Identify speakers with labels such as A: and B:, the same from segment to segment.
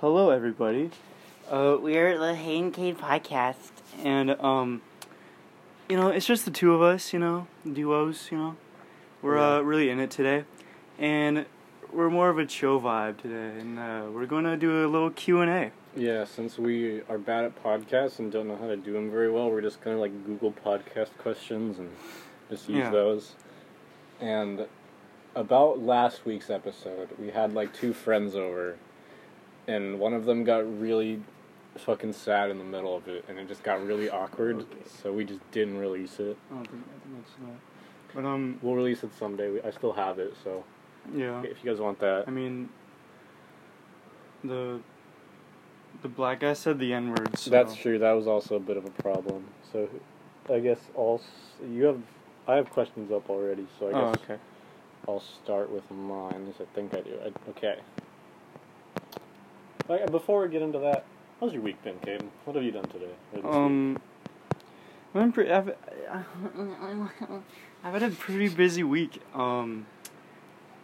A: Hello, everybody. Uh, we are the Hayden Cade podcast, and um, you know, it's just the two of us. You know, duos. You know, we're
B: Yeah.
A: uh, really in it today, and we're more of a chill vibe today, and uh, we're gonna do a little Q and A.
B: Yeah, since we are bad at podcasts and don't know how to do them very well, we're just gonna like Google podcast questions and just use
A: Yeah.
B: those. And about last week's episode, we had like two friends over, and one of them got really fucking sad in the middle of it, and it just got really awkward.
A: Okay.
B: So we just didn't release it.
A: I don't think I think that's that. But um,
B: We'll release it someday. We, I still have it, so
A: yeah.
B: if you guys want that,
A: I mean, the the black guy said the N word. So.
B: That's true. That was also a bit of a problem. So, I guess I'll. s- You have. I have questions up already, so I
A: Oh,
B: guess
A: okay.
B: I'll start with mine. As I think I do. I, okay. Like, before we get into that, how's your week been, Caden? What have you done today? or this week?
A: Um, I'm pretty. I've, I've had a pretty busy week. Um,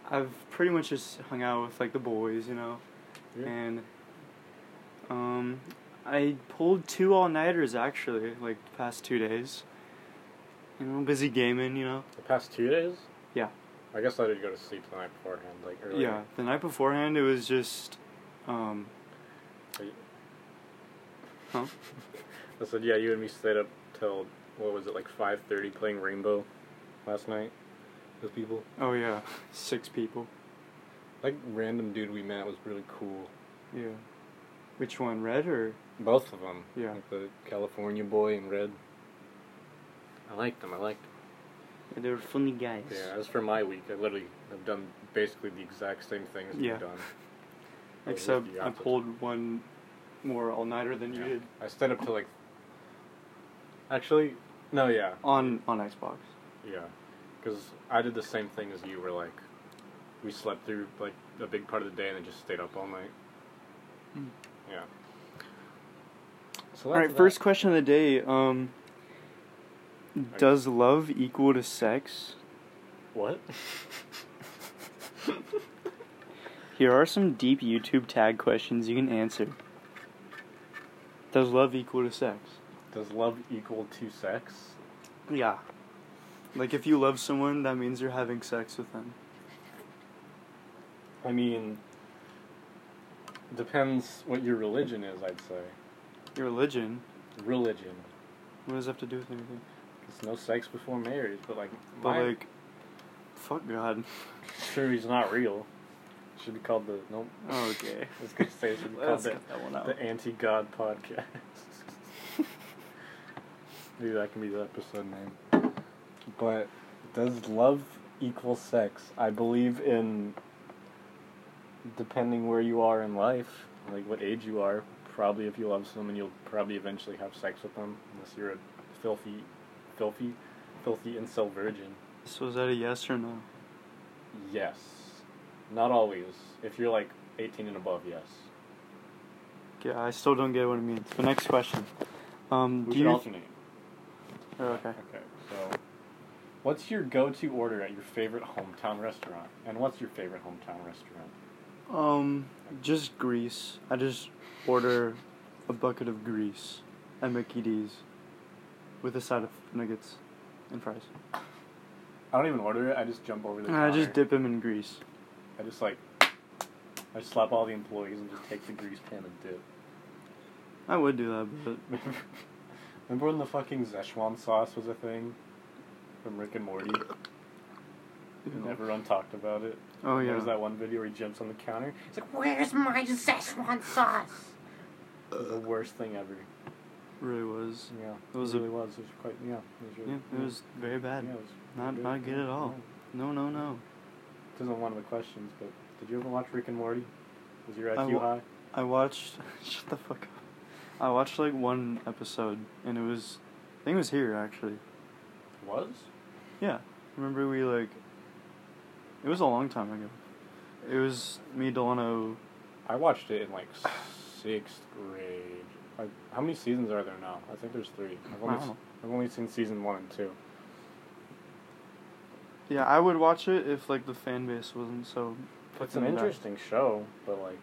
A: I've pretty much just hung out with like the boys, you know,
B: Yeah.
A: and um, I pulled two all nighters actually, like the past two days. You know, busy gaming. You know,
B: the past two days.
A: Yeah.
B: I guess I did go to sleep the night beforehand, like earlier.
A: yeah. The night beforehand, it was just, um,
B: I said, yeah, you and me stayed up till what was it, like five thirty, playing Rainbow, last night, with people.
A: oh yeah, six people.
B: Like random dude we met was really cool.
A: Yeah. Which one, red or?
B: Both of them.
A: Yeah.
B: Like the California boy in red. I liked them. I liked them.
A: They were funny guys.
B: Yeah, as for my week, I literally have done basically the exact same things
A: Yeah.
B: you've done. Like,
A: Except
B: the
A: I
B: opposite.
A: pulled one more all nighter than you
B: Yeah.
A: did
B: I stayed up till like. Actually, no, yeah.
A: on on Xbox.
B: Yeah. Because I did the same thing as you, where like, we slept through like a big part of the day and then just stayed up all night.
A: Mm.
B: Yeah. So
A: All right,
B: that's
A: first
B: that.
A: question of the day. Um, does love equal to sex?
B: What?
A: Here are some deep YouTube tag questions you can answer. Does love equal to sex?
B: Does love equal to sex?
A: Yeah. Like if you love someone, that means you're having sex with them.
B: I mean, depends what your religion is, I'd say.
A: Your religion.
B: Religion.
A: What does that have to do with anything?
B: It's no sex before marriage, but like,
A: But
B: my,
A: like, fuck God.
B: sure he's not real. Should be called the no.
A: Okay.
B: I was gonna say it should be called
A: Let's
B: the,
A: cut that one out.
B: the anti-god podcast. Maybe that can be the episode name. But does love equal sex? I believe in depending where you are in life, like what age you are. Probably if you love someone, you'll probably eventually have sex with them, unless you're a filthy, filthy, filthy incel virgin.
A: So is that a yes or no?
B: Yes, not always. If you're like 18 and above, yes.
A: Yeah, I still don't get what it means. The next question. Um,
B: We
A: do
B: should
A: you?
B: alternate.
A: Oh, okay.
B: Okay, so what's your go-to order at your favorite hometown restaurant? And what's your favorite hometown restaurant?
A: Um, just grease. I just order a bucket of grease at Mickey D's with a side of nuggets and fries.
B: I don't even order it. I just jump over the.
A: And I just
B: counter.
A: dip them in grease.
B: I just like. I slap all the employees and just take the grease pan and dip.
A: I would do that, but
B: Remember when the fucking Szechuan sauce was a thing from Rick and Morty?
A: you
B: And
A: know.
B: everyone talked about it.
A: Oh
B: There
A: yeah.
B: was that one video where he jumps on the counter. It's like
C: Where's my Szechuan sauce?
B: the worst thing ever.
A: Really was.
B: Yeah,
A: It was a-
B: really was. It was quite yeah. It was, really-
A: Yeah, it was very bad.
B: yeah, it was
A: Not-
B: good.
A: not good at all. No, no, no.
B: This isn't one of the questions, but did you ever watch Rick and Morty? Was your
A: I
B: IQ
A: wa-
B: high?
A: I watched. shut the fuck up. I watched like one episode, and it was. I think it was here actually.
B: Was?
A: Yeah. Remember we like it was a long time ago. It was me, Delano
B: I watched it in like sixth grade. I, how many seasons are there now? I think there's three. I've only,
A: I don't know.
B: have only seen season one and two.
A: Yeah, I would watch it if like the fan base wasn't so
B: It's
A: fucking
B: an
A: bad.
B: interesting show, but like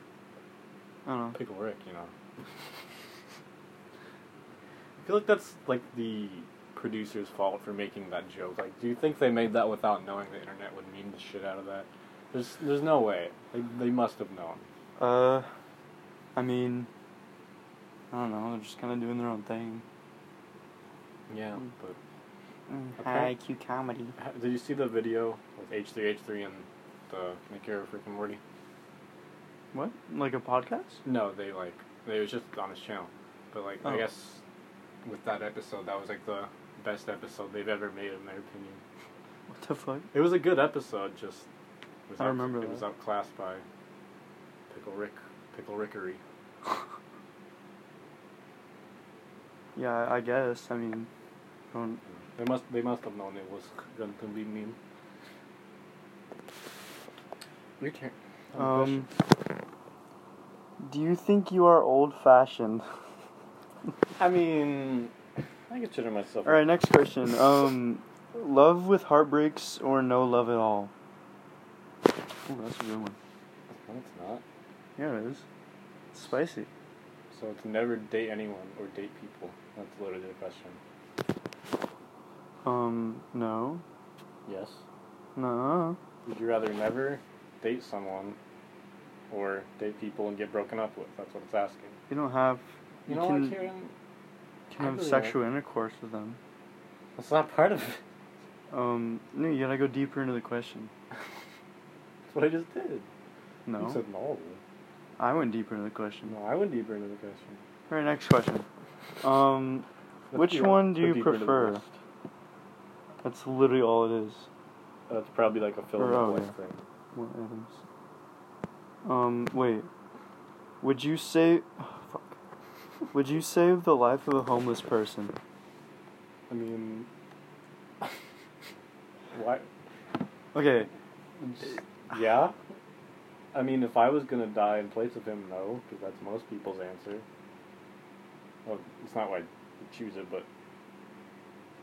A: I don't know.
B: Pickle Rick, you know. I feel like that's like the producer's fault for making that joke. Like, do you think they made that without knowing the internet would meme the shit out of that? There's, there's no way. They, they must have known.
A: Uh, I mean, I don't know. They're just kind of doing their own thing.
B: Yeah,
A: Mm.
B: but
A: Mm,
B: Okay.
A: Hi, cute comedy.
B: Ha- Did you see the video with H three H three and the maker of Rick and Morty?
A: What? Like a podcast?
B: No, they like they it was just on his channel, but like I
A: Oh.
B: guess with that episode, that was like the best episode they've ever made in their opinion.
A: What the fuck?
B: It was a good episode, just it was
A: I
B: out-
A: remember
B: it
A: that.
B: was outclassed by Pickle Rick, Pickle Rickery.
A: Yeah, I- I guess. I mean, I don't.
B: They must they must have known it was going to be mean. Your turn.
A: Um, do you think you are old fashioned?
B: I mean, I consider myself.
A: All right, next question. Um, love with heartbreaks or no love at all? Ooh, that's a good one.
B: No, it's not.
A: Yeah, it is. Spicy.
B: So it's never date anyone or date people. That's literally the question.
A: Um, no,
B: Yes.
A: no.
B: Would you rather never date someone or date people and get broken up with? That's what it's asking.
A: You don't have.
B: You,
A: You
B: know
A: can,
B: what, Karen?
A: can
B: I
A: have
B: really
A: sexual intercourse with them.
B: That's not part of it.
A: Um, no, you gotta go deeper into the question.
B: That's what I just did. You
A: No,
B: said no.
A: I went deeper into the question.
B: No, I went deeper into the question.
A: All right, next question. Um,
B: Let's
A: Which
B: be
A: one do
B: go
A: you
B: deeper into the
A: prefer?
B: list.
A: that's literally all it is.
B: That's probably like a fill in
A: Or,
B: the
A: oh,
B: blank
A: yeah.
B: thing.
A: What items? Um, wait. Would you say? fuck. Would you save the life of a homeless person?
B: I mean, why?
A: Okay,
B: Yeah. I mean, if I was gonna die in place of him, no, because that's most people's answer. Well, it's not why I choose it, but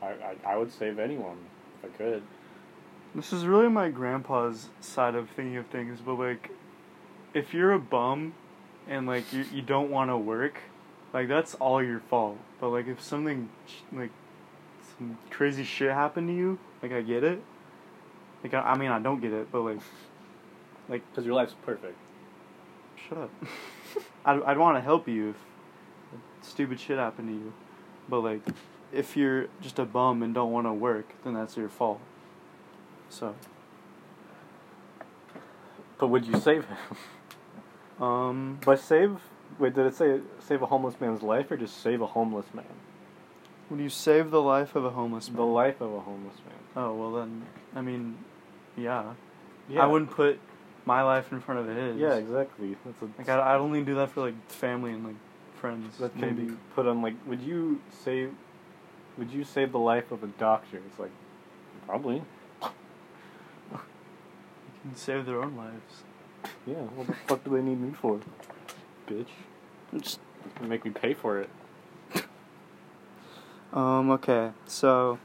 B: I, I I would save anyone if I could.
A: this is really my grandpa's side of thinking of things, but like, if you're a bum, and like you you don't want to work, like that's all your fault. But like if something sh- like some crazy shit happened to you, like I get it. Like I, I mean I don't get it, but like
B: Because your life's perfect.
A: Shut up. I'd, I'd want to help you if stupid shit happened to you. But, like, if you're just a bum and don't want to work, then that's your fault. So,
B: But would you save him?
A: um,
B: By save, wait, did it say save a homeless man's life or just save a homeless man?
A: would you save the life of a homeless
B: The
A: man?
B: life of a homeless man.
A: Oh, well, then, I mean, yeah. I wouldn't put my life in front of his.
B: Yeah, exactly. That's a,
A: Like, I'd, I'd only do that for, like, family and, like, friends.
B: that can
A: maybe.
B: be put on like would you save would you save the life of a doctor it's like probably
A: They can save their own lives.
B: yeah what the fuck do they need me for bitch
A: Just
B: They make me pay for it
A: Um, okay, so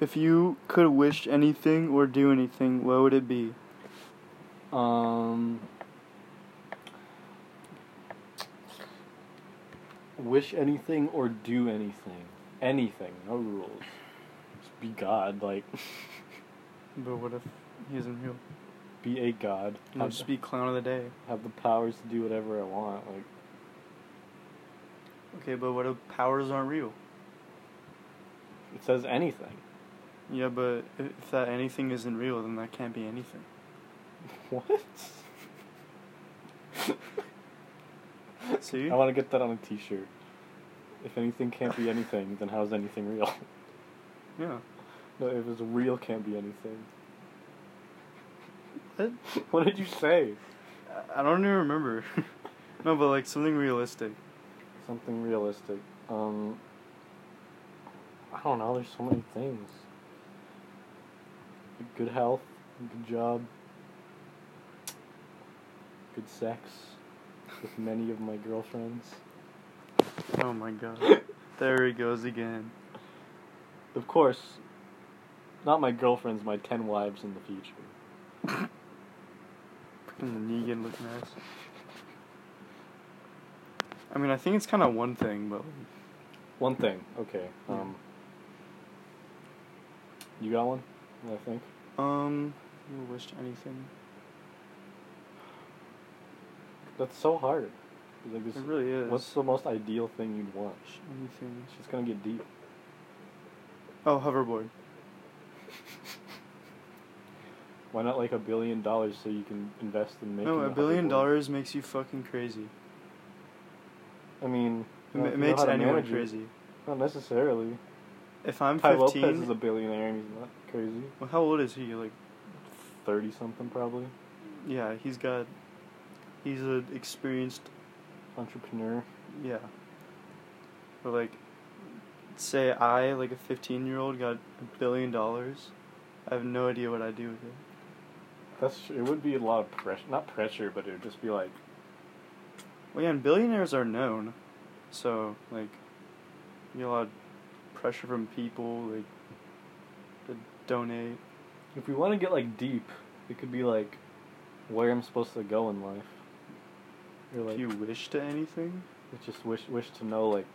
A: if you could wish anything or do anything, what would it be?
B: um wish anything or do anything anything no rules just be god like
A: But what if he isn't real?
B: be a god
A: I'll just be clown of the day.
B: have the powers to do whatever i want like
A: Okay, but what if powers aren't real?
B: it says anything
A: Yeah, but i- if that anything isn't real, then that can't be anything.
B: what
A: See?
B: I want to get that on a T-shirt. If anything can't be anything, then how's anything real?
A: Yeah.
B: No, if it's real, can't be anything.
A: What?
B: What did you say?
A: I- I don't even remember. no, but like something realistic.
B: Something realistic. Um, I don't know. There's so many things. Good health, good job, good sex with many of my girlfriends.
A: Oh my god. there he goes again.
B: Of course, not my girlfriends, my ten wives in the future.
A: Freaking Negan looking ass. I mean, I think it's kind of one thing, but
B: One thing. Okay.
A: Yeah.
B: Um, you got one? I think.
A: um, you wished anything?
B: That's so hard. Like this,
A: It really is.
B: what's the most ideal thing you'd want?
A: anything?
B: She's gonna get deep.
A: Oh, hoverboard.
B: Why not like a billion dollars so you can invest in making?
A: No, a billion
B: hoverboard?
A: dollars makes you fucking crazy.
B: I mean,
A: It,
B: you know,
A: ma-
B: if
A: it
B: you know
A: makes
B: how to
A: anyone
B: manage it.
A: crazy.
B: Not necessarily.
A: If I'm
B: Ty Lopez is a
A: fifteen,
B: billionaire and he's not crazy.
A: well, how old is he? Like,
B: Thirty something probably.
A: yeah, he's got, he's an experienced,
B: Entrepreneur.
A: yeah. But like, say I, like a fifteen-year-old, got a billion dollars. I have no idea what I'd do with it.
B: That's tr- it. Would be a lot of pressure. Not pressure, but it would just be like
A: Well, yeah, and billionaires are known, so like, you get a lot of pressure from people like to donate.
B: if we want to get like deep, it could be like where I'm supposed to go in life. Or like
A: Do you wish to anything?
B: I just wish wish to know like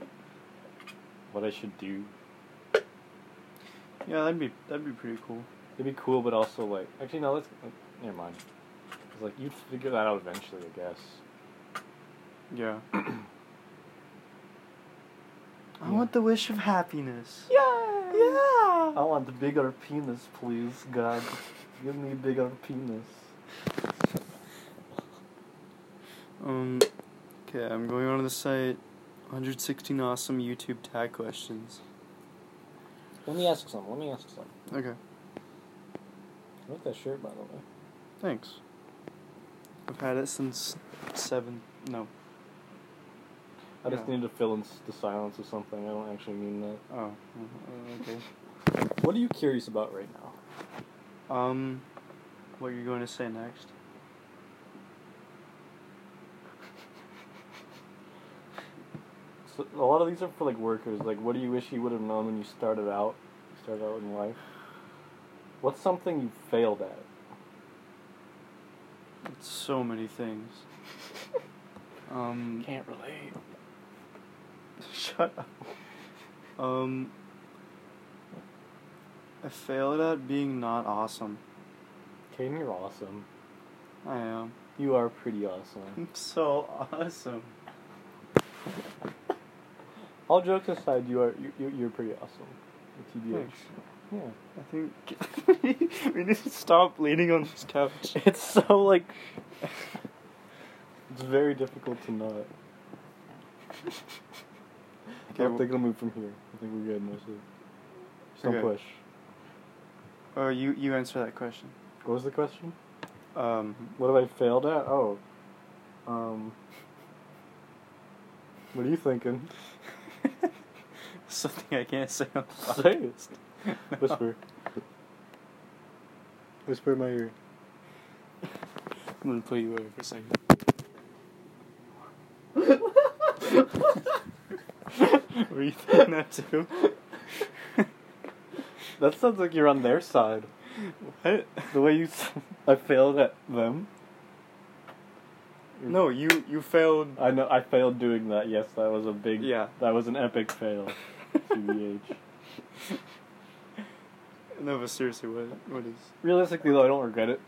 B: what I should do.
A: Yeah, that'd be that'd be pretty cool.
B: It'd be cool, but also like actually no, let's like, never mind. It's like you'd figure that out eventually, I guess.
A: Yeah. I want the wish of happiness.
B: Yeah. I
A: Yeah.
B: want the bigger penis, please, God. Give me a bigger penis.
A: Um. Okay, I'm going on to the site. 116 awesome YouTube tag questions.
B: Let me ask some. Let me ask some.
A: Okay,
B: I like that shirt, by the way.
A: thanks. I've had it since seven. No.
B: I just
A: Yeah.
B: need to fill in s- the silence with something. I don't actually mean that.
A: Oh. uh, Okay.
B: What are you curious about right now?
A: Um, what you're going to say next?
B: So, a lot of these are for like workers. Like, what do you wish you would have known when you started out? Started out in life. What's something you failed at?
A: It's so many things. Um,
B: Can't relate.
A: shut up. Um, I failed at being not awesome.
B: Caden, you're awesome.
A: I am.
B: You are pretty awesome.
A: I'm so awesome.
B: All jokes aside, you are you, you you're pretty awesome. TBH.
A: Thanks.
B: Yeah.
A: I think we need to stop leaning on this couch.
B: It's so like. it's very difficult to not. I
A: Oh.
B: don't think it'll move from here. I think we're good mostly. Just don't
A: Okay.
B: push.
A: Oh, you you answer that question.
B: What was the question?
A: Um,
B: What have I failed at? Oh. Um. What are you thinking?
A: something I can't say on the
B: Say it.
A: podcast.
B: Whisper. Whisper in my ear.
A: I'm gonna put you away for a second. Were you thinking that too?
B: That sounds like you're on their side.
A: What?
B: The way you. s- I failed at them.
A: No, you you failed.
B: I know. I failed doing that. Yes, that was a big.
A: Yeah.
B: That was an epic fail. TBH.
A: No, but seriously, what what is?
B: Realistically, though, I don't regret it.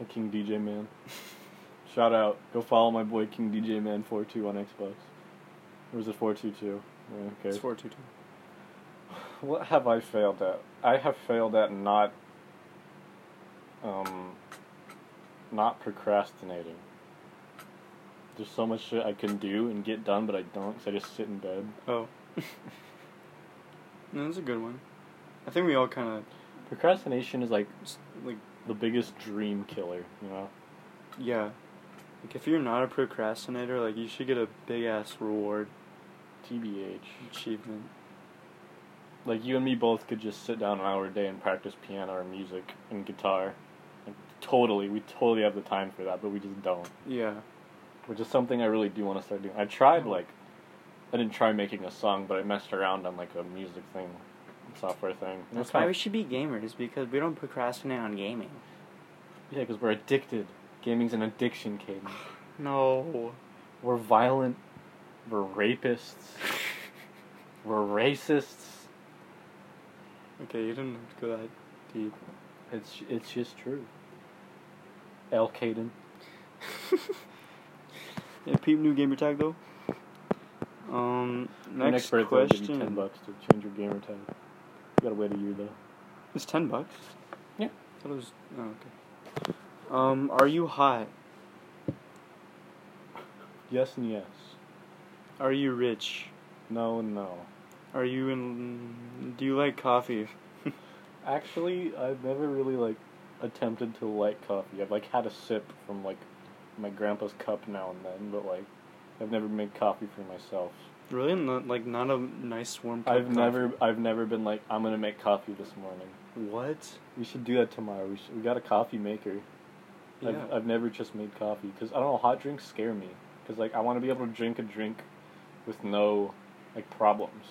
B: A King DJ Man. Shout out. Go follow my boy King DJ Man 42 on Xbox. Or is it 422? Yeah,
A: It's
B: okay.
A: four two two.
B: What have I failed at? I have failed at not. Um. Not procrastinating. There's so much shit I can do and get done, but I don't, 'cause I just sit in bed.
A: Oh. no, that's a good one. I think we all kind
B: Procrastination is like
A: of like
B: the biggest dream killer, you know?
A: yeah. Like if you're not a procrastinator, like you should get a big ass reward
B: TBH.
A: achievement.
B: Like you and me both could just sit down an hour a day and practice piano or music and guitar. Like, totally, we totally have the time for that, but we just don't.
A: Yeah.
B: Which is something I really do want to start doing. I tried like, I didn't try making a song, but I messed around on like a music thing, software thing. And it's
C: That's why
B: kinda-
C: we should be gamers because we don't procrastinate on gaming.
B: Yeah, because we're addicted. Gaming's an addiction, Caden.
A: No.
B: We're violent We're rapists. We're racists.
A: Okay, you didn't have to go that deep.
B: It's it's just true. L. Caden.
A: Yeah, peep new gamer tag though.
C: Um,
B: Your
C: next,
B: birthday will give you
C: question.
B: ten bucks to change your gamer tag. You gotta wait a year though.
A: It's ten bucks.
B: Yeah.
A: That was oh, okay. Um, are you high?
B: Yes and yes.
A: Are you rich?
B: No and no.
A: Are you in? Do you like coffee?
B: Actually, I've never really like attempted to like coffee. I've like had a sip from like my grandpa's cup now and then, but like I've never made coffee for myself.
A: Really? Not like not a nice warm. cup
B: I've
A: of
B: never I've never been like I'm gonna make coffee this morning.
A: coffee. What?
B: We should do that tomorrow. We should, we got a coffee maker.
A: Yeah.
B: I've, I've never just made coffee because I don't know hot drinks scare me because like I want to be able to drink a drink with no like problems.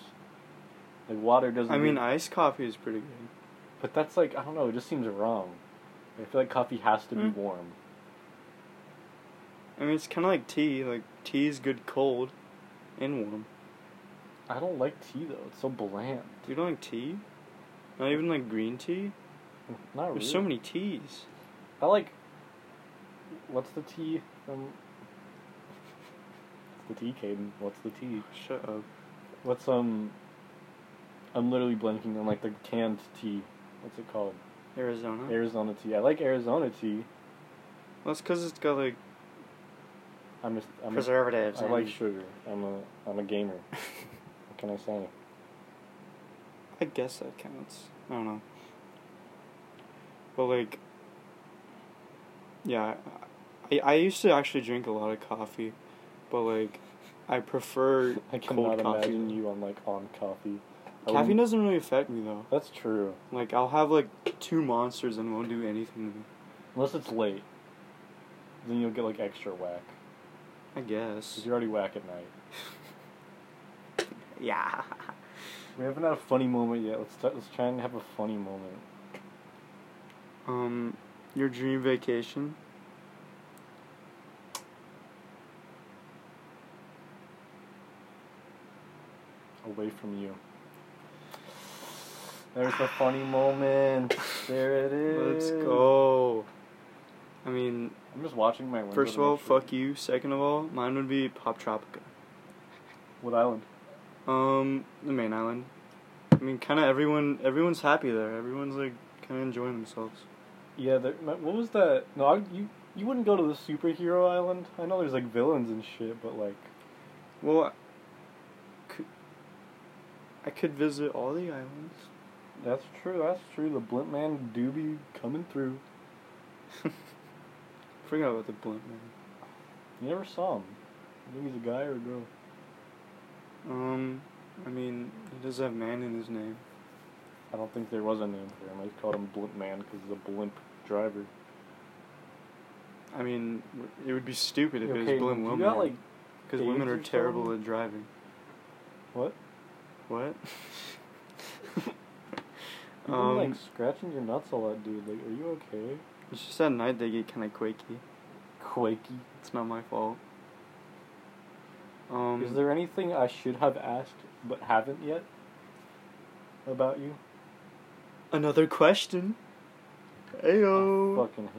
B: Like water doesn't.
A: I mean,
B: do-
A: iced coffee is pretty good.
B: but that's like I don't know. It just seems wrong. I feel like coffee has to be
A: Mm.
B: warm.
A: I mean, it's kind of like tea. Like tea is good cold, and warm.
B: I don't like tea though. It's so bland.
A: Do you don't like tea? Not even like green tea.
B: Not really.
A: There's so many teas.
B: I like. What's the tea from? What's the tea, Caden? What's the tea?
A: Shut up.
B: What's um? I'm literally blanking on like the canned tea. What's it called?
A: Hmm?
C: Arizona.
B: Arizona tea. I like Arizona tea.
A: Well, that's because it's got like
B: I'm a, I'm a,
C: Preservatives.
B: I like
C: and-
B: sugar. I'm a I'm a gamer. what can I say?
A: I guess that counts. I don't know. But like, yeah, I I used to actually drink a lot of coffee, but like, I prefer
B: I
A: cold
B: cannot
A: coffee.
B: imagine you on like on coffee. I wouldn't-
A: Caffeine doesn't really affect me though.
B: That's true.
A: Like I'll have like two monsters and it won't do anything to me.
B: Unless it's late, then you'll get like extra whack.
A: I
B: Cause
A: guess.
B: you're already whack at night.
C: Yeah.
B: We haven't had a funny moment yet. Let's t- let's try and have a funny moment.
A: Um, your dream vacation.
B: away from you. There's the funny moment. There it
A: Let's
B: is.
A: go. I mean,
B: I'm just watching my window.
A: first
B: to
A: of all,
B: make sure.
A: fuck you. Second of all, mine would be Pop Tropica.
B: What island?
A: Um, the main island. I mean, kind of everyone. Everyone's happy there. Everyone's like kind of enjoying themselves.
B: Yeah, there, my- what was that? No, I, you you wouldn't go to the superhero island. I know there's like villains and shit, but like
A: Well, I could, I could visit all the islands.
B: that's true. That's true. The blimp man do be coming through.
A: Forgot about the blimp man.
B: You never saw him. I think he's a guy or a girl.
A: Um, I mean, he does have man in his name.
B: I don't think there was a name for him. I just called him Blimp Man because he's a blimp driver.
A: I mean, it would be stupid if it
B: Okay,
A: was blimp
B: you
A: woman.
B: got like
A: because women
B: AIDS
A: are
B: or
A: terrible
B: something?
A: at driving.
B: what?
A: What?
B: You've been,
A: um,
B: like scratching your nuts a lot, dude. Like, are you okay?
A: it's just at night they get kind of quaky.
B: Quakey.
A: It's not my fault. Um,
B: Is there anything I should have asked but haven't yet about you?
A: Another question. Ayo.
B: I fucking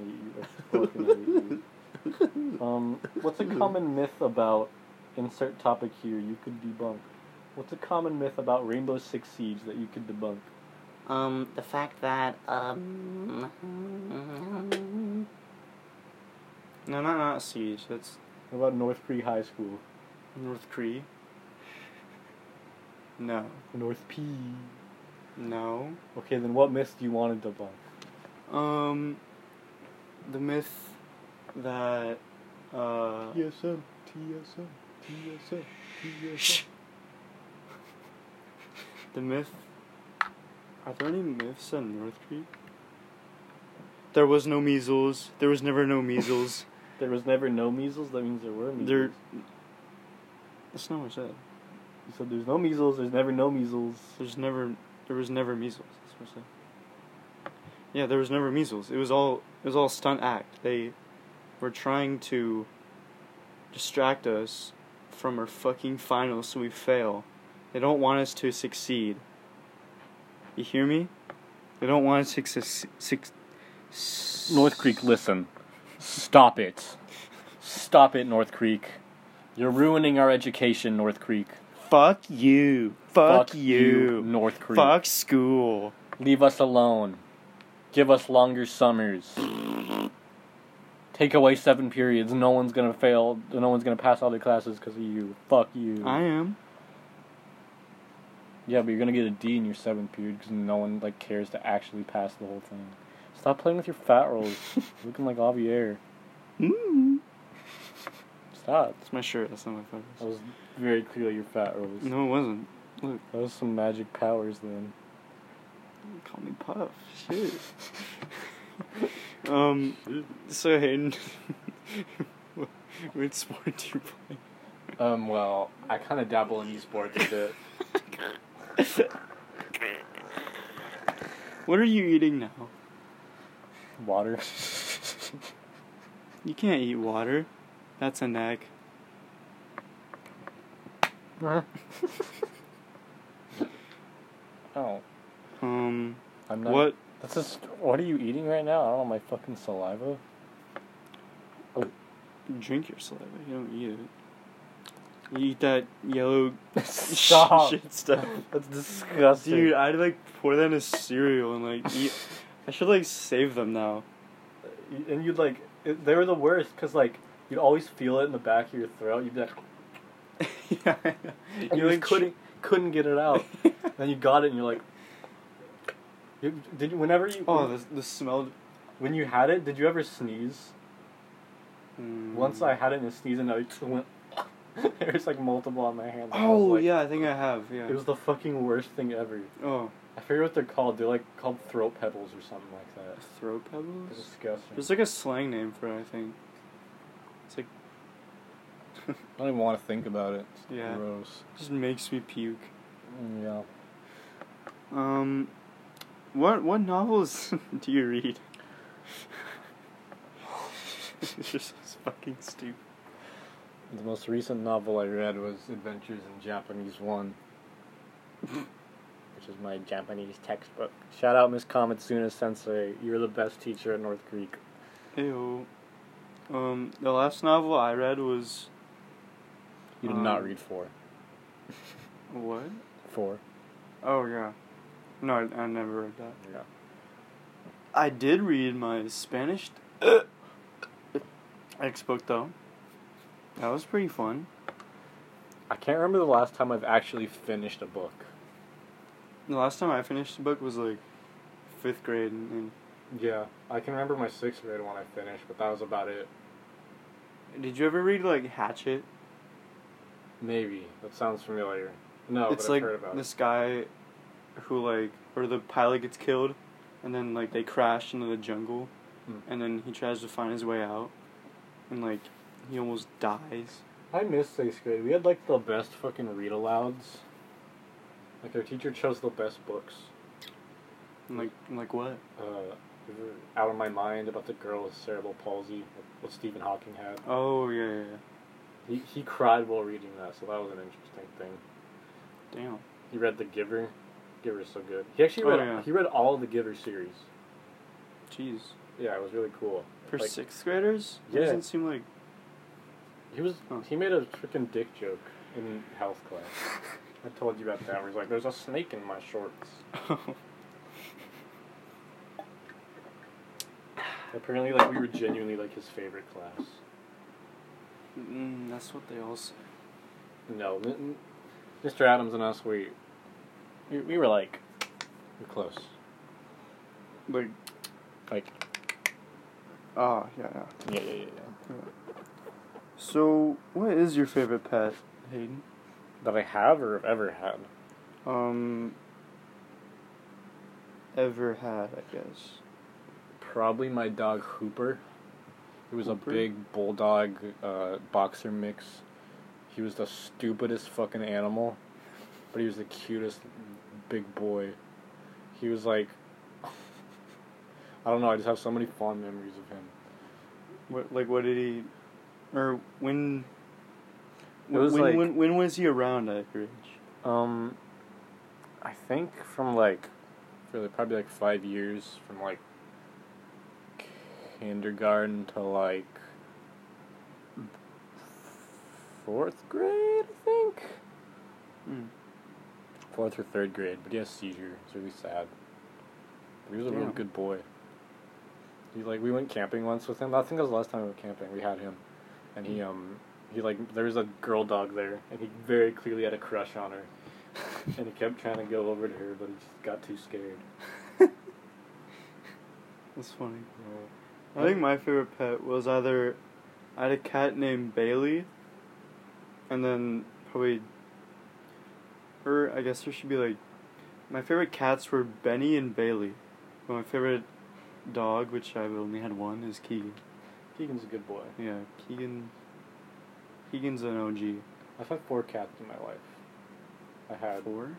B: hate you. I fucking hate you. Um, what's a common myth about insert topic here you could debunk? What's a common myth about Rainbow Six Siege that you could debunk?
C: Um, the fact that um,
A: No, not not siege. That's
B: What about North Pre High School?
A: North Korea. No,
B: North P.
A: no.
B: Okay, then what myth do you want to debunk?
A: Um, the myth that uh,
B: TSM, TSM, TSM, TSM.
A: Shh. the myth. Are there any myths in North Korea? There was no measles. There was never no measles.
B: There was never no measles, that means there were measles.
A: There- That's not what I said.
B: You said there's no measles, there's never no measles.
A: There's never there was never measles. That's what I said. Yeah, there was never measles. It was all it was all stunt act. They were trying to distract us from our fucking finals so we fail. They don't want us to succeed. You hear me? They don't want us to suc- suc- s-
B: North Creek, listen. Stop it. Stop it, North Creek. You're ruining our education, North Creek.
A: Fuck you. Fuck, you.
B: North Creek.
A: Fuck school.
B: Leave us alone. Give us longer summers. Take away seven periods. No one's gonna fail. No one's gonna pass all their classes because of you. Fuck you.
A: I am.
B: Yeah, but you're gonna get a D in your seventh period because no one like cares to actually pass the whole thing. Stop playing with your fat rolls. Looking like Javier.
A: Mm.
B: Stop.
A: It's my shirt. That's not my
B: That
A: fuckers.
B: was very clearly your fat rolls.
A: No, it wasn't. Look,
B: That was some magic powers then.
A: call me Puff. Shit. um. So Hayden, wh- which sport do you play?
B: Um, well, I kind of dabble in esports a bit.
A: What are you eating now?
B: Water.
A: You can't eat water. That's a nag.
B: oh,
A: Um.
B: I'm not.
A: What?
B: That's just. What are you eating right now? I don't know, my fucking saliva?
A: Drink your saliva. You don't eat it. You eat that yellow
B: Stop!
A: shit stuff.
B: That's disgusting.
A: Dude, I'd like pour that in a cereal and like eat. I should like save them now.
B: and you'd like it, they were the worst because like you'd always feel it in the back of your throat you'd be like
A: yeah,
B: and you like couldn't couldn't get it out then you got it and you're like you, did you, whenever you
A: Oh, the the smell.
B: when you had it did you ever sneeze
A: Mm.
B: once i had it and I sneezed and i just went there was like multiple on my hand I
A: Oh
B: was, like-
A: yeah, I think I have. Yeah.
B: it was the fucking worst thing ever
A: oh,
B: i forget what they're called they're like called throat pebbles or something like that
A: throw
B: it's
A: pebbles.
B: disgusting
A: There's like a slang name for it. I think. It's like
B: i don't even want to think about it
A: It's Yeah.
B: gross
A: just makes me puke.
B: yeah
A: Um, what what novels do you read? it's just it's fucking stupid.
B: The most recent novel I read was Adventures in Japanese 1, which is my Japanese textbook. Shout out Miss Kamatsuna Sensei. You're the best teacher at North Creek.
A: Ew. Um, the last novel I read was
B: You did
A: Um,
B: not read 4.
A: what?
B: 4.
A: Oh yeah. No, I, I never read that.
B: Yeah.
A: I did read my Spanish ex book though. That was pretty fun.
B: I can't remember the last time I've actually finished a book.
A: The last time I finished the book was like fifth grade, and,
B: Yeah, I can remember my 6th grade one I finished, but that was about it.
A: and- did you ever read like Hatchet?
B: Maybe. That sounds familiar. No,
A: it's
B: but
A: like
B: I've heard about
A: this guy who like or the pilot gets killed, and then like they crash into the jungle,
B: Hmm.
A: and then he tries to find his way out, and like he almost dies.
B: it. I missed 6th grade. We had like the best fucking read alouds. Like our teacher chose the best books.
A: And, like like what?
B: uh, out of my mind about the girl with cerebral palsy, what Stephen Hawking had.
A: Oh yeah, yeah, yeah.
B: He, he cried while reading that, so that was an interesting thing.
A: damn.
B: He read The Giver. Giver's so good. He actually
A: Oh,
B: read
A: yeah.
B: he read all of the Giver series.
A: Jeez.
B: Yeah, it was really cool.
A: For
B: Like-
A: sixth graders? It
B: Yeah.
A: doesn't seem like.
B: He was
A: Huh.
B: he made a freaking dick joke in health class. I told you about that. Where he's like, "There's a snake in my shorts." Apparently, like we were genuinely like his favorite class.
A: mm, that's what they all say.
B: No, n- n- Mr. Adams and us, we we, we were like we're close.
A: Like,
B: Like
A: ah, yeah, yeah.
B: yeah, yeah, yeah. yeah.
A: So, what is your favorite pet, Hayden?
B: That I have or have ever had.
A: Um. Ever had, I guess.
B: Probably my dog Hooper. He was
A: Hooper?
B: a big bulldog uh, boxer mix. He was the stupidest fucking animal, but he was the cutest big boy. He was like, I don't know. I just have so many fond memories of him.
A: What, like, what did he. Or when. When,
B: was
A: when,
B: like-
A: when, when was he around at your age?
B: Um, I think from like, really probably like five years from like kindergarten to like fourth grade, I think.
A: Mm.
B: Fourth or third grade, but he has seizure. It's really sad. But he was a real
A: Damn.
B: good boy. He like we went camping once with him. I think that was the last time we went camping. We had him, and he um he like there was a girl dog there, and he very clearly had a crush on her. And he kept trying to go over to her, but he just got too scared.
A: That's funny.
B: you know.
A: I think my favorite pet was either I had a cat named Bailey, and then probably, or I guess there should be like, my favorite cats were Benny and Bailey, but my favorite dog, which I've only had one, is Keegan.
B: Keegan's a good boy.
A: Yeah, Keegan. Keegan's an OG.
B: I've had four cats in my life. I had
A: Four.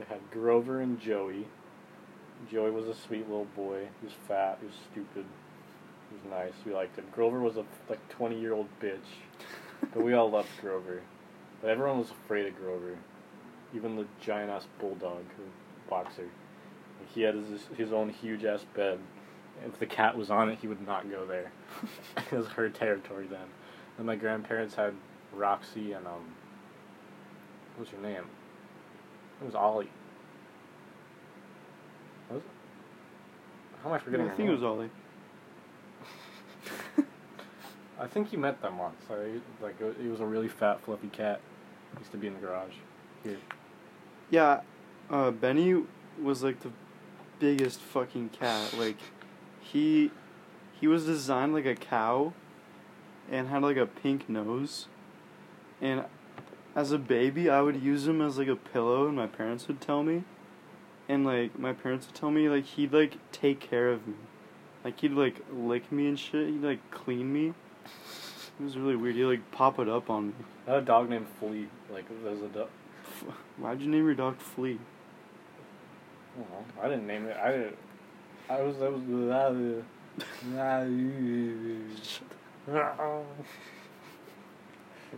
B: I had Grover and Joey. Joey was a sweet little boy. He was fat. He was stupid. He was nice. We liked him. Grover was a like twenty year old bitch, but we all loved Grover. But everyone was afraid of Grover, even the giant ass bulldog who boxer. Like, he had his his own huge ass bed. If the cat was on it, he would not go there. it was her territory then. And my grandparents had Roxy and um. What's your name? It was Ollie. What was it? How am I
A: Yeah,
B: forgetting?
A: I
B: her
A: think it
B: name?
A: was Ollie.
B: I think you met them once. I, like it was- it was a really fat, fluffy cat. Used to be in the garage. Here,
A: Yeah, uh, Benny was like the biggest fucking cat. Like, he he was designed like a cow, and had like a pink nose, and as a baby, I would use him as like a pillow, and my parents would tell me, and like my parents would tell me like he'd like take care of me, like he'd like lick me and shit. He'd like clean me. It was really weird. He'd like pop it up on me.
B: I had a dog named Flea. Like there's a dog.
A: Why'd you name your dog Flea?
B: I don't know. I didn't name it. I didn't. I was. I was.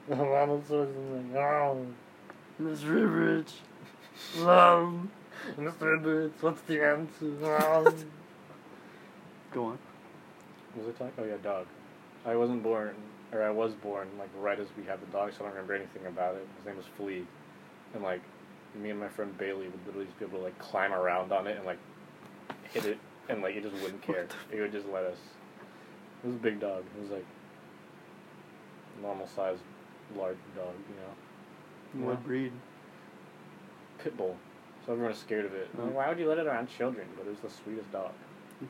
B: Ronald Schwarzenegger. Oh,
A: Miss Rivers.
B: Love. Mr. Boots, what's the answer? Oh.
A: Go on.
B: Was it talking? Oh yeah, dog. I wasn't born, or I was born like right as we had the dog, so I don't remember anything about it. His name was Flea, and like me and my friend Bailey would literally just be able to like climb around on it and like hit it, and like it just wouldn't care. It would just let us. It was a big dog. It was like normal size, large dog, you know,
A: What
B: Yeah.
A: breed?
B: pit bull. So everyone was scared of it.
A: Oh.
B: Why would you let it around children? But it was the sweetest dog.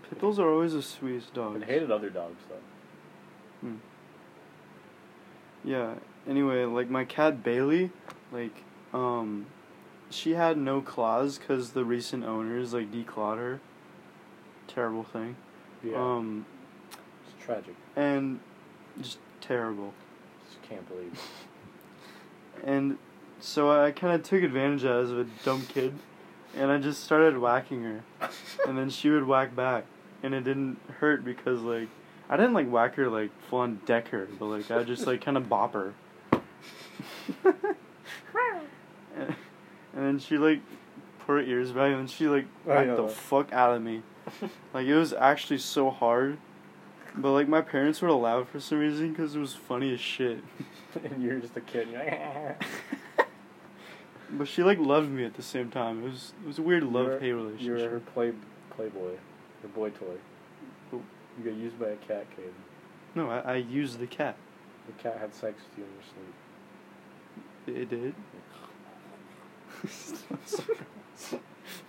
A: Pit bulls are always the sweetest dogs.
B: It hated other dogs though.
A: Yeah. Anyway, like my cat Bailey, like, um, she had no claws because the recent owners like declawed her. Terrible thing.
B: Yeah,
A: Um,
B: it's tragic.
A: and just terrible.
B: Just can't believe.
A: And so I kind of took advantage of that as a dumb kid, and I just started whacking her, and then she would whack back, and it didn't hurt because like I didn't like whack her like full on deck her, but like I just like kind of bop her. and, and then she like put her ears back, and then she like
B: Oh,
A: whacked
B: yeah.
A: the fuck out of me. like it was actually so hard, but like my parents would allow it for some reason because it was funny as shit.
B: and you're just a kid. And you're like, "Ah."
A: But she like loved me at the same time. It was it was a weird love hate
B: You're her
A: relationship.
B: play playboy, her boy toy.
A: Who?
B: You got used by a cat, kid.
A: No, I, I used the cat.
B: The cat had sex with you in your sleep.
A: It, it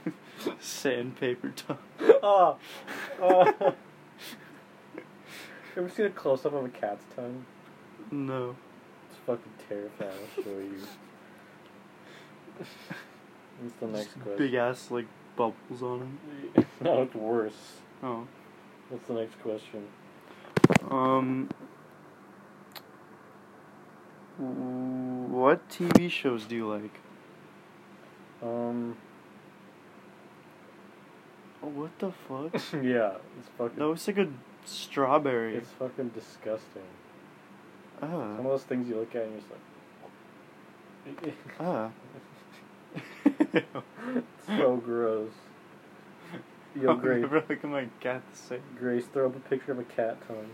A: did. Sandpaper tongue.
B: oh, oh. Ever seen a close up of a cat's tongue?
A: No.
B: It's fucking terrifying. I'll show you. What's the next
A: Big
B: question?
A: ass like bubbles on him.
B: no, it's worse.
A: Oh.
B: What's the next question?
A: Um. What TV shows do you like?
B: Um,
A: Oh, what the fuck?
B: yeah, it's fucking.
A: that was like a strawberry.
B: it's fucking disgusting.
A: Ah.
B: Some of those things you look at and you're just like,
A: Ah.
D: so gross. Yo,
A: I'll
D: Grace,
A: never look at my cat the same.
D: Grace, throw up a picture of a cat tongue.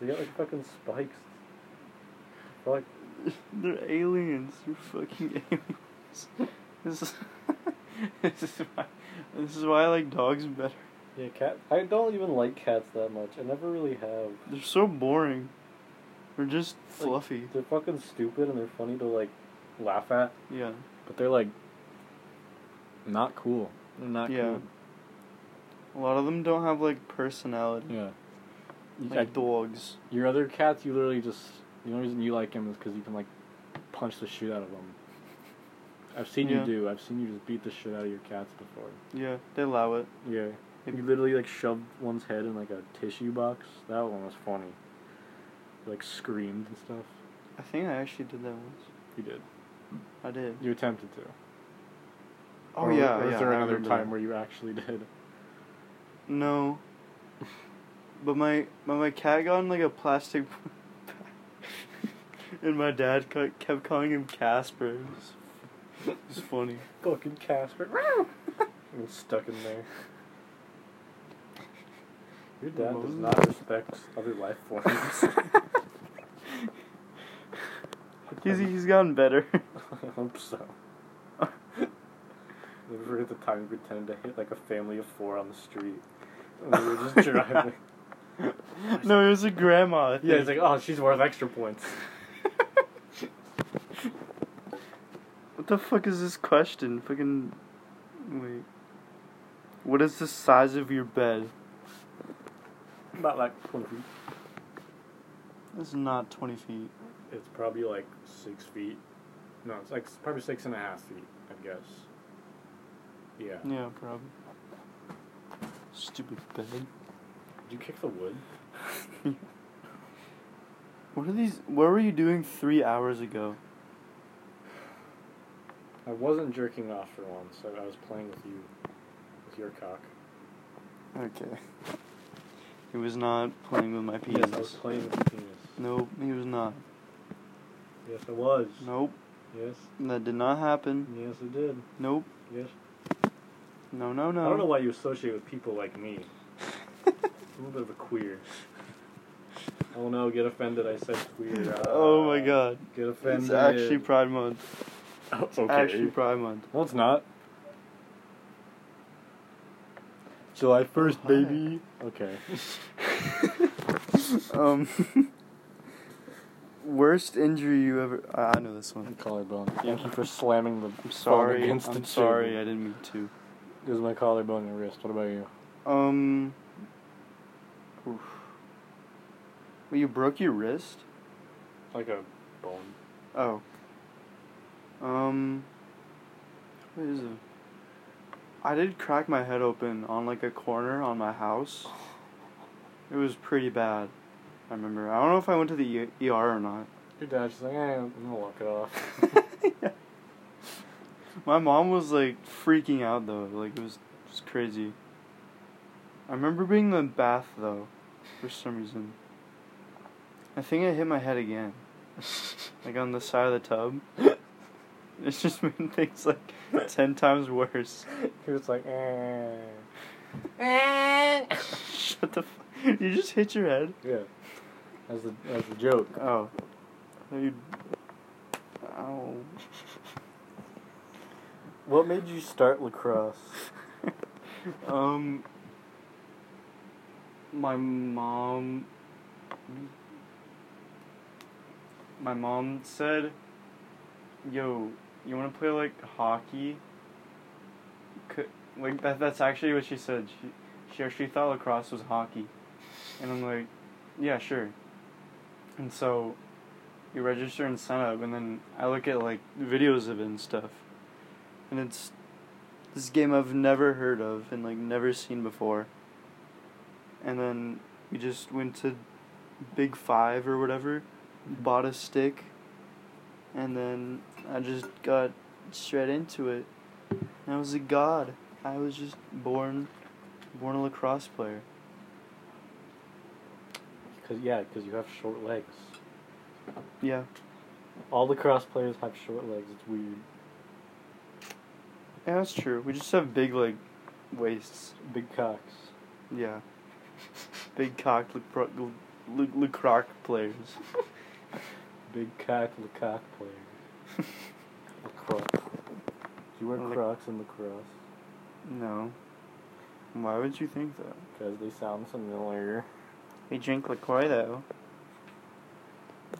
D: They got like fucking spikes. They're like
A: They're aliens. They're fucking aliens. This is, this is why this is why I like dogs better.
D: yeah, cat. I don't even like cats that much. I never really have.
A: They're so boring. They're just fluffy.
D: They're fucking stupid and they're funny to like laugh at.
A: Yeah.
B: But they're like not cool. They're not
A: Yeah. A lot of them don't have like personality.
B: cool. Yeah. You-
A: Like
B: I-
A: dogs.
B: your other cats, you literally just the only reason you like him is because you can like punch the shit out of them. I've seen
A: Yeah.
B: you do. I've seen you just beat the shit out of your cats before.
A: Yeah, they allow it.
B: Yeah. You literally like shoved one's head in like a tissue box. That one was funny. You, like screamed and stuff.
A: I think I actually did that once.
B: You did.
A: I did.
B: You attempted to.
A: Oh
B: Or-
A: yeah.
B: Or
A: yeah,
B: is there
A: I
B: another
A: remember
B: time
A: that.
B: where you actually did?
A: No. but my but my cat got in like a plastic and my dad ca- kept calling him Casper. It was, it was funny.
D: Fucking Casper. it was stuck in there. Your dad does
A: Moses?
D: not respect other life forms.
A: He's he's gotten better.
D: I hope so. we were at the time we pretended to hit like a family of four on the street. And we were just driving.
A: no, it was a grandma. I
D: yeah, it's
A: think.
D: like, oh, she's worth extra points.
A: what the fuck is this question? Fucking wait. What is the size of your bed?
D: About like 20 feet.
A: It's not twenty feet.
D: It's probably like six feet. No, it's like s- probably six and a half feet, I guess. Yeah. Did
A: Yeah, probably. Stupid bed.
D: you kick the wood?
A: What are these? What were you doing three hours ago?
D: I wasn't jerking off for once. I, I was playing with you, with your cock.
A: Okay. He was not playing with my penis.
D: Yes, I was playing with the penis.
A: Nope, he was not.
D: Yes, I was.
A: Nope,
D: Yes.
A: that did not happen.
D: Yes, it did.
A: Nope,
D: Yes.
A: no, no,
D: I don't know
A: no.
D: why you associate with people like me. I'm a bit of a queer. Oh no, get offended. I said queer. Ah,
A: Oh my god.
D: Get offended. Oh,
A: It's actually Pride Month.
B: okay.
A: Actually Pride Month.
B: No, it's not. July 1st,
A: hi.
B: baby. Okay.
A: Um. worst injury you ever. I I know this one.
B: collarbone. Thank you for slamming the.
A: I'm sorry.
B: against
A: I'm
B: the
A: sorry.
B: table.
A: I didn't mean to.
B: It was my collarbone and wrist. What about you?
A: Um. oof. Well, you broke your wrist.
D: Like a bone.
A: Oh. Um. What is it? I did crack my head open on like a corner on my house. It was pretty bad. I remember. I don't know if I went to the e- ER or not.
B: Your dad's just like, eh, I'm gonna walk it off.
A: My mom was like freaking out though. Like it was just crazy. I remember being in the bath though, for some reason. I think I hit my head again, like on the side of the tub. It's just made things like ten times worse.
B: He was like, eh.
A: Shut the. F- you just hit your head.
B: Yeah. As a, as a joke.
A: Oh. You. Ow.
D: What made you start lacrosse?
A: Um. My mom. My mom said, "Yo, you want to play like hockey?" Could, like that. That's actually what she said. She, she actually thought lacrosse was hockey, and I'm like, "Yeah, sure." And so, you register and sign up, and then I look at like videos of it and stuff, and it's this game I've never heard of and like never seen before. And then we just went to Big Five or whatever, bought a stick, and then I just got straight into it. And I was a god. I was just born, born a lacrosse player.
D: Cause yeah, cause you have short legs.
A: Yeah,
B: All the cross players have short legs. It's weird.
A: Yeah, that's true. We just have big like waists.
B: Big cocks.
A: Yeah. Big cock lacroc lacroc players.
B: Big cock, cock player. Lacrosse. Do you wear
A: I like-
B: Crocs in lacrosse?
A: No. Why would you think that?
B: Because they sound familiar.
A: We drink LaCroix though.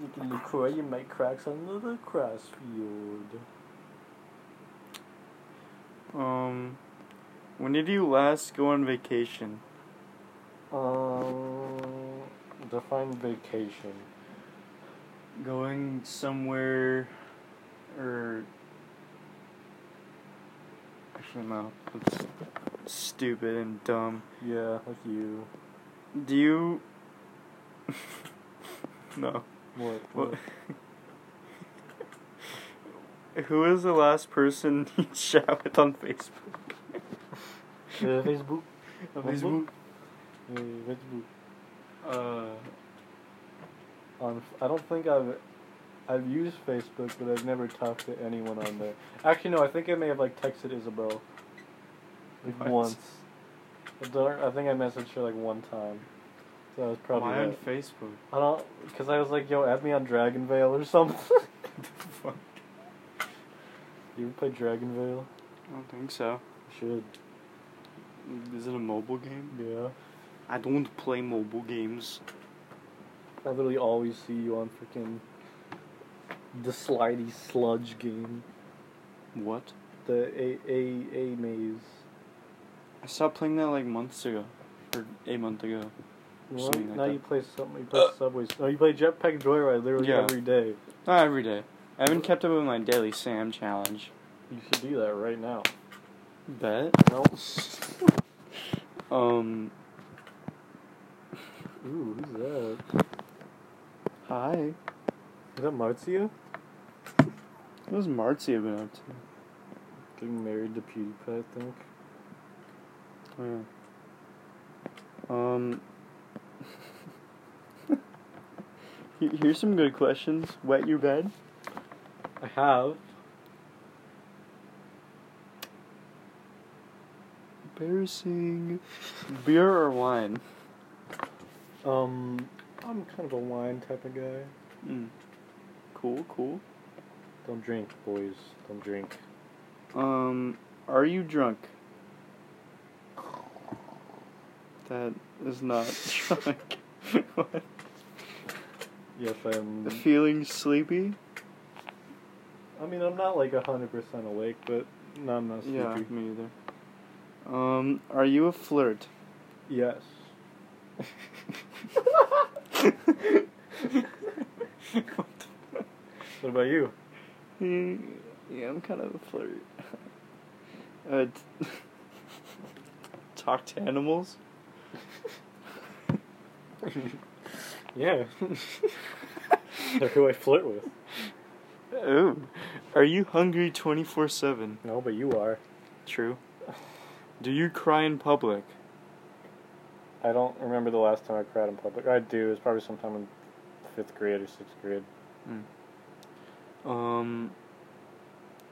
B: You can LaCroix, you make Crocs on the lacrosse field.
A: Um, when did you last go on vacation?
B: Um, define vacation.
A: Going somewhere, er, or actually no, that's stupid and dumb.
B: Yeah, like you.
A: Do you? no.
B: What?
A: Well-
B: what?
A: Who was the last person you chat with on Facebook?
B: Uh, Facebook.
A: On
B: Facebook? Uh, Facebook.
A: Uh,
B: On, I don't think I've, I've used Facebook, but I've never talked to anyone on there. Actually, no. I think I may have like texted Isabel. Like
A: What?
B: once. I don't- I think I messaged her like one time. So that was probably.
A: why on
B: it.
A: Facebook?
B: I don't, cause I was like, "Yo, add me on Dragon Veil or something."
A: Fuck.
B: you ever play Dragon Veil?
A: I don't think so.
B: You should.
A: Is it a mobile game?
B: Yeah.
A: I don't play mobile games.
B: I literally always see you on freaking the slidey sludge game,
A: What?
B: the A A A maze.
A: I stopped playing that like months ago, or a month ago.
B: What?
A: Something like
B: now
A: that.
B: you play something. You play Subway. No, you play Jetpack Joyride literally
A: Uh. Yeah.
B: every day.
A: Not every day. I haven't kept up with my daily Sam challenge.
B: You should do that right now.
A: Bet.
B: No.
A: Um.
B: Ooh, who's that?
A: Hi.
B: Is that Marzia?
A: What has Marcia been up to?
B: Getting married to PewDiePie, I think.
A: Oh, yeah. Um. he- Here's some good questions. Wet your bed.
B: I have.
A: Embarrassing. Beer or wine?
B: Um, I'm kind of a wine type of guy.
A: Mm. Cool, cool.
B: Don't drink, boys. Don't drink.
A: Um, are you drunk? That is not drunk. What?
B: Yes, I'm.
A: Feeling sleepy?
B: I mean, I'm not like hundred percent awake, but no, I'm not sleepy.
A: Yeah, me either. Um, are you a flirt?
B: Yes. What about you?
A: yeah, I'm kind of a flirt. Uh, t- talk to animals?
B: Yeah. They're who I flirt with.
A: Oh, are you hungry 24 7?
B: No, but you are.
A: True. Do you cry in public?
B: I don't remember the last time I cried in public. I do. It was probably sometime in fifth grade or sixth grade.
A: Um,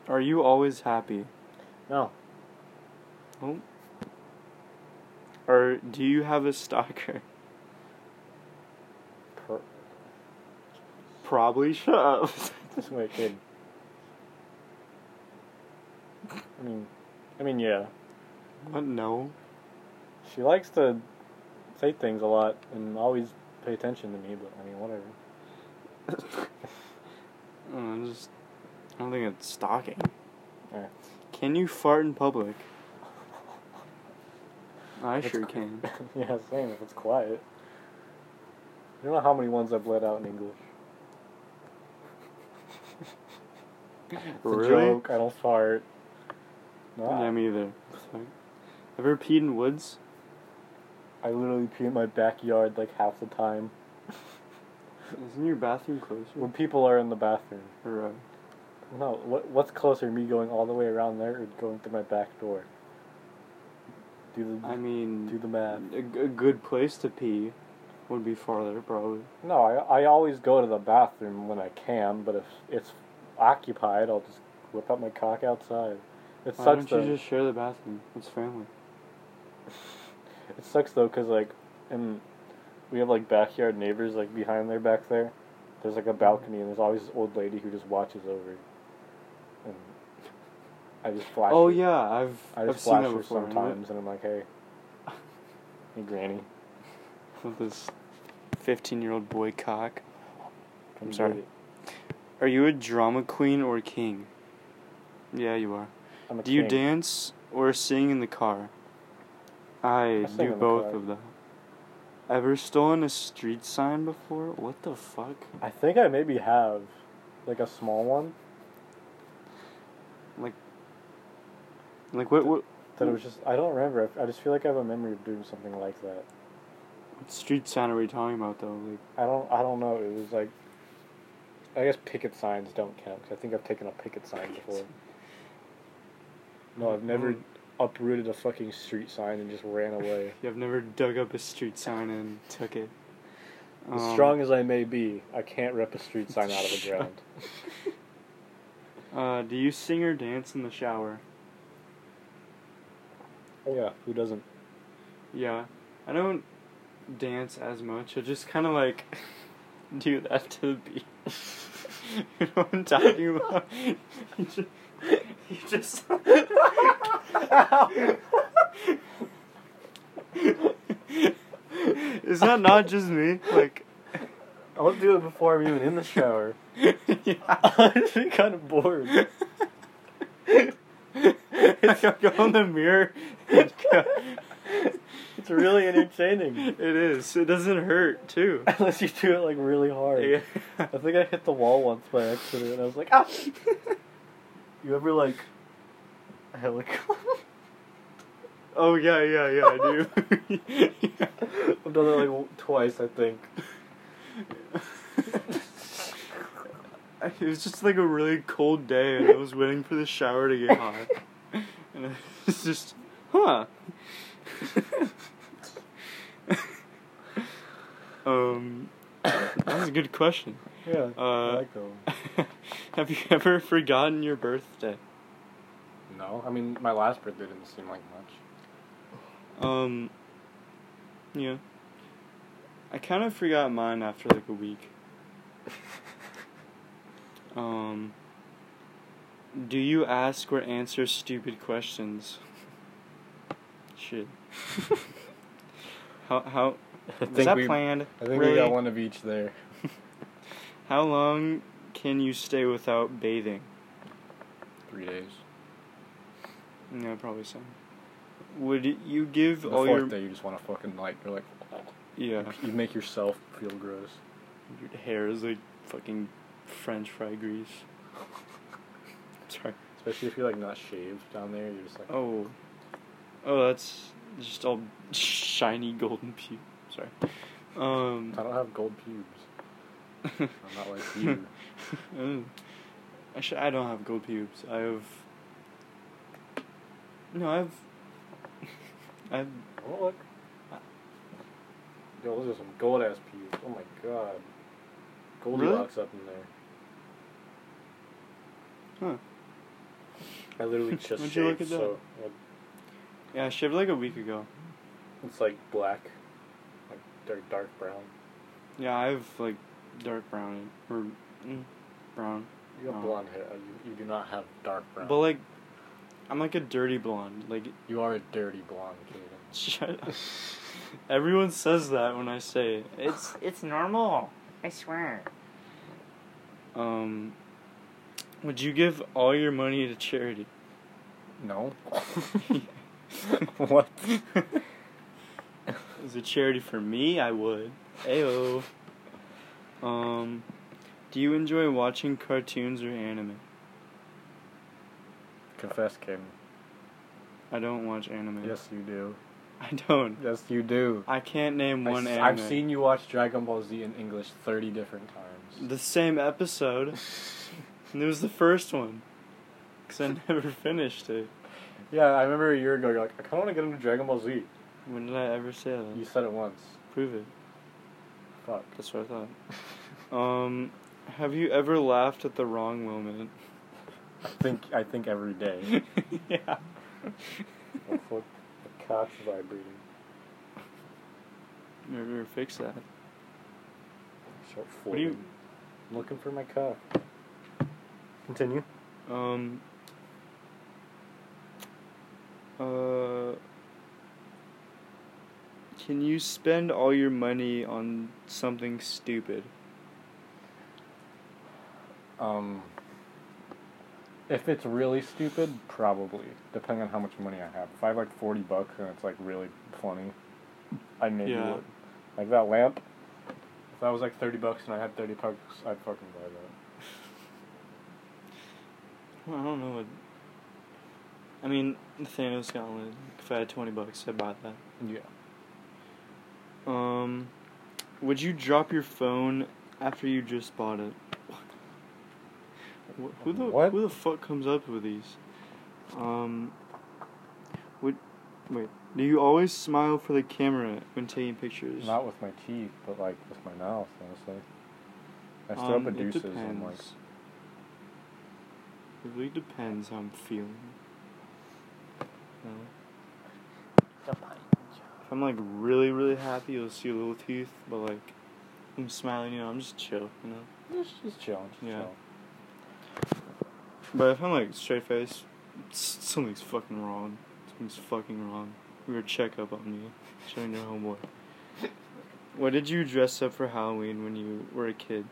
A: are you always happy? Oh.
B: No.
A: Or do you have a stalker?
B: Per-
A: Probably shut up.
B: this way, kid. I mean, I mean, yeah.
A: what? No.
B: She likes to say things a lot and always pay attention to me, but I mean, whatever.
A: Oh, I don't know, just. I don't think it's stalking.
B: Yeah.
A: Can you fart in public? I sure can.
B: yeah, same if it's quiet. You don't know how many ones I've let out in English. It's
A: really?
B: a joke. I don't fart. No,
A: Yeah, me either. Sorry. Ever peed in woods?
B: I literally pee in my backyard like half the time
A: Isn't your bathroom closer?
B: when people are in the bathroom.
A: Or, uh,
B: No, what what's closer, me going all the way around there or going through my back door? Do the
A: I mean,
B: do the math.
A: a, g- a good place to pee would be farther probably.
B: No, I, I always go to the bathroom when I can, but if it's occupied, I'll just whip out my cock outside. It
A: Why
B: sucks
A: don't
B: though.
A: you just share the bathroom? It's family.
B: It sucks though, cause like, and we have like backyard neighbors like behind their back there. There's like a balcony, and there's always this old lady who just watches over. it. And I just flash.
A: oh
B: her.
A: yeah, I've
B: I
A: I've
B: just
A: seen
B: flash
A: that
B: her
A: before. right?
B: sometimes, and I'm like, hey, hey, granny.
A: With this fifteen-year-old boy cock.
B: come
A: I'm sorry.
B: get it."
A: Are you a drama queen or king? Yeah, you are.
B: I'm a
A: Do you
B: king.
A: dance or sing in the car? I,
B: I sing
A: do
B: in the
A: both
B: car.
A: of them. Ever stolen a street sign before? What the fuck?
B: I think I maybe have, like a small one
A: Like what? What
B: that it was just I don't remember. I, I just feel like I have a memory of doing something like that.
A: street sign are we talking about though? Like
B: I don't I don't know. It was like. I guess picket signs don't count 'cause I think I've taken a picket sign before. No, I've never
A: Mm.
B: uprooted a fucking street sign and just ran away.
A: yeah, I've never dug up a street sign and took it.
B: as
A: Um,
B: strong as I may be, I can't rip a street sign out of the ground.
A: Uh, do you sing or dance in the shower?
B: yeah, who doesn't?
A: Yeah, I don't dance as much. I just kind of like do that to the beat. you know what I'm talking about? you just, you just Is that not just me? Like,
B: I'll do it before I'm even in the shower.
A: yeah.
B: I'm actually kind of bored.
A: Like, I go in the mirror. and go-
B: It's really entertaining.
A: It is. It doesn't hurt too.
B: Unless you do it like really hard.
A: Yeah.
B: I think I hit the wall once by accident, and I was like, ah! you ever like helicopter?
A: Oh yeah, yeah, yeah. I do.
B: I've done that like w- twice, I think.
A: It was just like a really cold day, and I was waiting for the shower to get hot, and I was just, huh. um, that was a good question.
B: Yeah,
A: Uh,
B: I like that one.
A: Have you ever forgotten your birthday?
E: No, I mean my last birthday didn't seem like much.
A: Um, yeah. I kind of forgot mine after like a week. um, do you ask or answer stupid questions? Shit. how how
E: I
A: was
E: think
A: that
E: we,
A: planned?
E: I think
A: Really?
E: we got one of each there.
A: How long can you stay without bathing?
E: Three days.
A: Yeah, probably so. Would you give
E: The
A: all
E: fourth
A: your
E: day, you just want to fucking like you're like
A: yeah?
E: you make yourself feel gross.
A: Your hair is like fucking French fry grease. Sorry.
E: Especially if you're like not shaved down there, you're just like
A: Oh. Oh, that's just all shiny golden pube. Sorry. Um.
E: I don't have gold pubes. I'm not like you.
A: mm. Actually, I don't have gold pubes. I have. No, I have. I have.
B: Oh, look. Yo, those are some gold ass peas. Oh my god. Goldilocks up in there.
A: Huh.
B: I literally just
A: When'd you look
B: shaved,
A: at that?
B: so like,
A: Yeah, I shaved like a week ago.
B: it's like black, like dark, dark brown.
A: Yeah, I have like dark brown or mm, brown.
B: You have
A: Oh.
B: blonde hair. Uh, You, you do not have dark brown.
A: But like, I'm like a dirty blonde. Like
E: You are a dirty blonde, Caden.
A: Shut up. Everyone says that when I say it. It's
C: it's normal. I swear.
A: um would you give all your money to charity?
E: No. what?
A: Is a charity for me? I would. Ayo. Um do you enjoy watching cartoons or anime?
E: Confess, Caden.
A: I don't watch anime.
E: Yes, you do.
A: I don't.
E: Yes, you do.
A: I can't name one anime.
E: have seen you watch Dragon Ball Z in English thirty different times.
A: the same episode. and it was the first one. Cuz I never finished it.
B: yeah, I remember a year ago. You're like, I kind of want to get into Dragon Ball Z.
A: When did I ever say that?
B: You said it once.
A: Prove it.
B: fuck.
A: That's what I thought. Um, have you ever laughed at the wrong moment?
B: I think I think every day.
A: yeah.
B: Oh,
D: The fuck? The cock's vibrating.
A: Maybe we'll fix that.
D: Start
A: What do you-
D: folding. I'm looking for my cock. Continue.
A: Um. Uh. Can you spend all your money on something stupid?
B: Um, if it's really stupid, probably depending on how much money I have. If I have like forty bucks and it's like really funny, I maybe
A: Yeah.
B: would. Like that lamp. If that was like thirty bucks and I had thirty bucks, I'd fucking buy that.
A: Well, I don't know what. I mean, Thanos gauntlet. If I had twenty bucks, I'd buy that.
B: Yeah.
A: Um, would you drop your phone after you just bought it? Wh- Who the
B: What?
A: who the fuck comes up with these? Um, would wait? Do you always smile for the camera when taking pictures?
B: Not with my teeth, but like with my mouth, honestly. I still
A: Um,
B: have a
A: it
B: deuces. I'm like,
A: depends. It really depends how I'm feeling. You know? If I'm like really, really happy, you'll see a little tooth, but like I'm smiling, you know, I'm just chill, you know.
B: just, just chill, just
A: Yeah.
B: chill.
A: But if I'm like straight face, s- something's fucking wrong. Something's fucking wrong. We were checkup on me, showing your homeboy. What did you dress up for Halloween when you were a kid?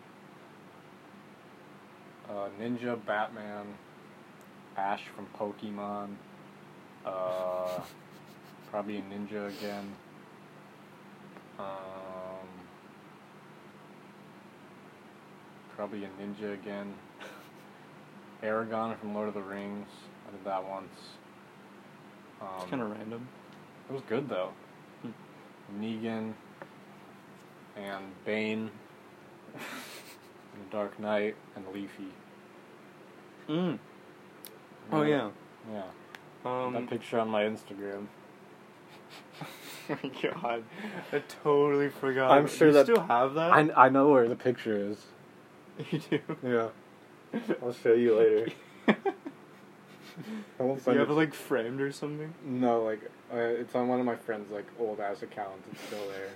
B: uh, Ninja Batman, Ash from Pokemon, uh, probably a ninja again. Um, probably a ninja again. Aragon from Lord of the Rings. I did that once. Um,
A: It's kind of random.
B: it was good though.
A: Hmm.
B: Negan and Bane, and the Dark Knight, and Leafy.
A: Mm. Oh yeah.
B: Yeah.
A: Um,
B: that picture on my Instagram.
A: oh God, I totally forgot.
B: I'm sure
A: you
B: that-
A: still have that.
B: I, I know where the picture is.
A: you do.
B: Yeah. I'll show you later. I won't
A: Do you
B: find it.
A: have it like framed or something?
B: No, like uh, it's on one of my friends' like old ass accounts. It's still there.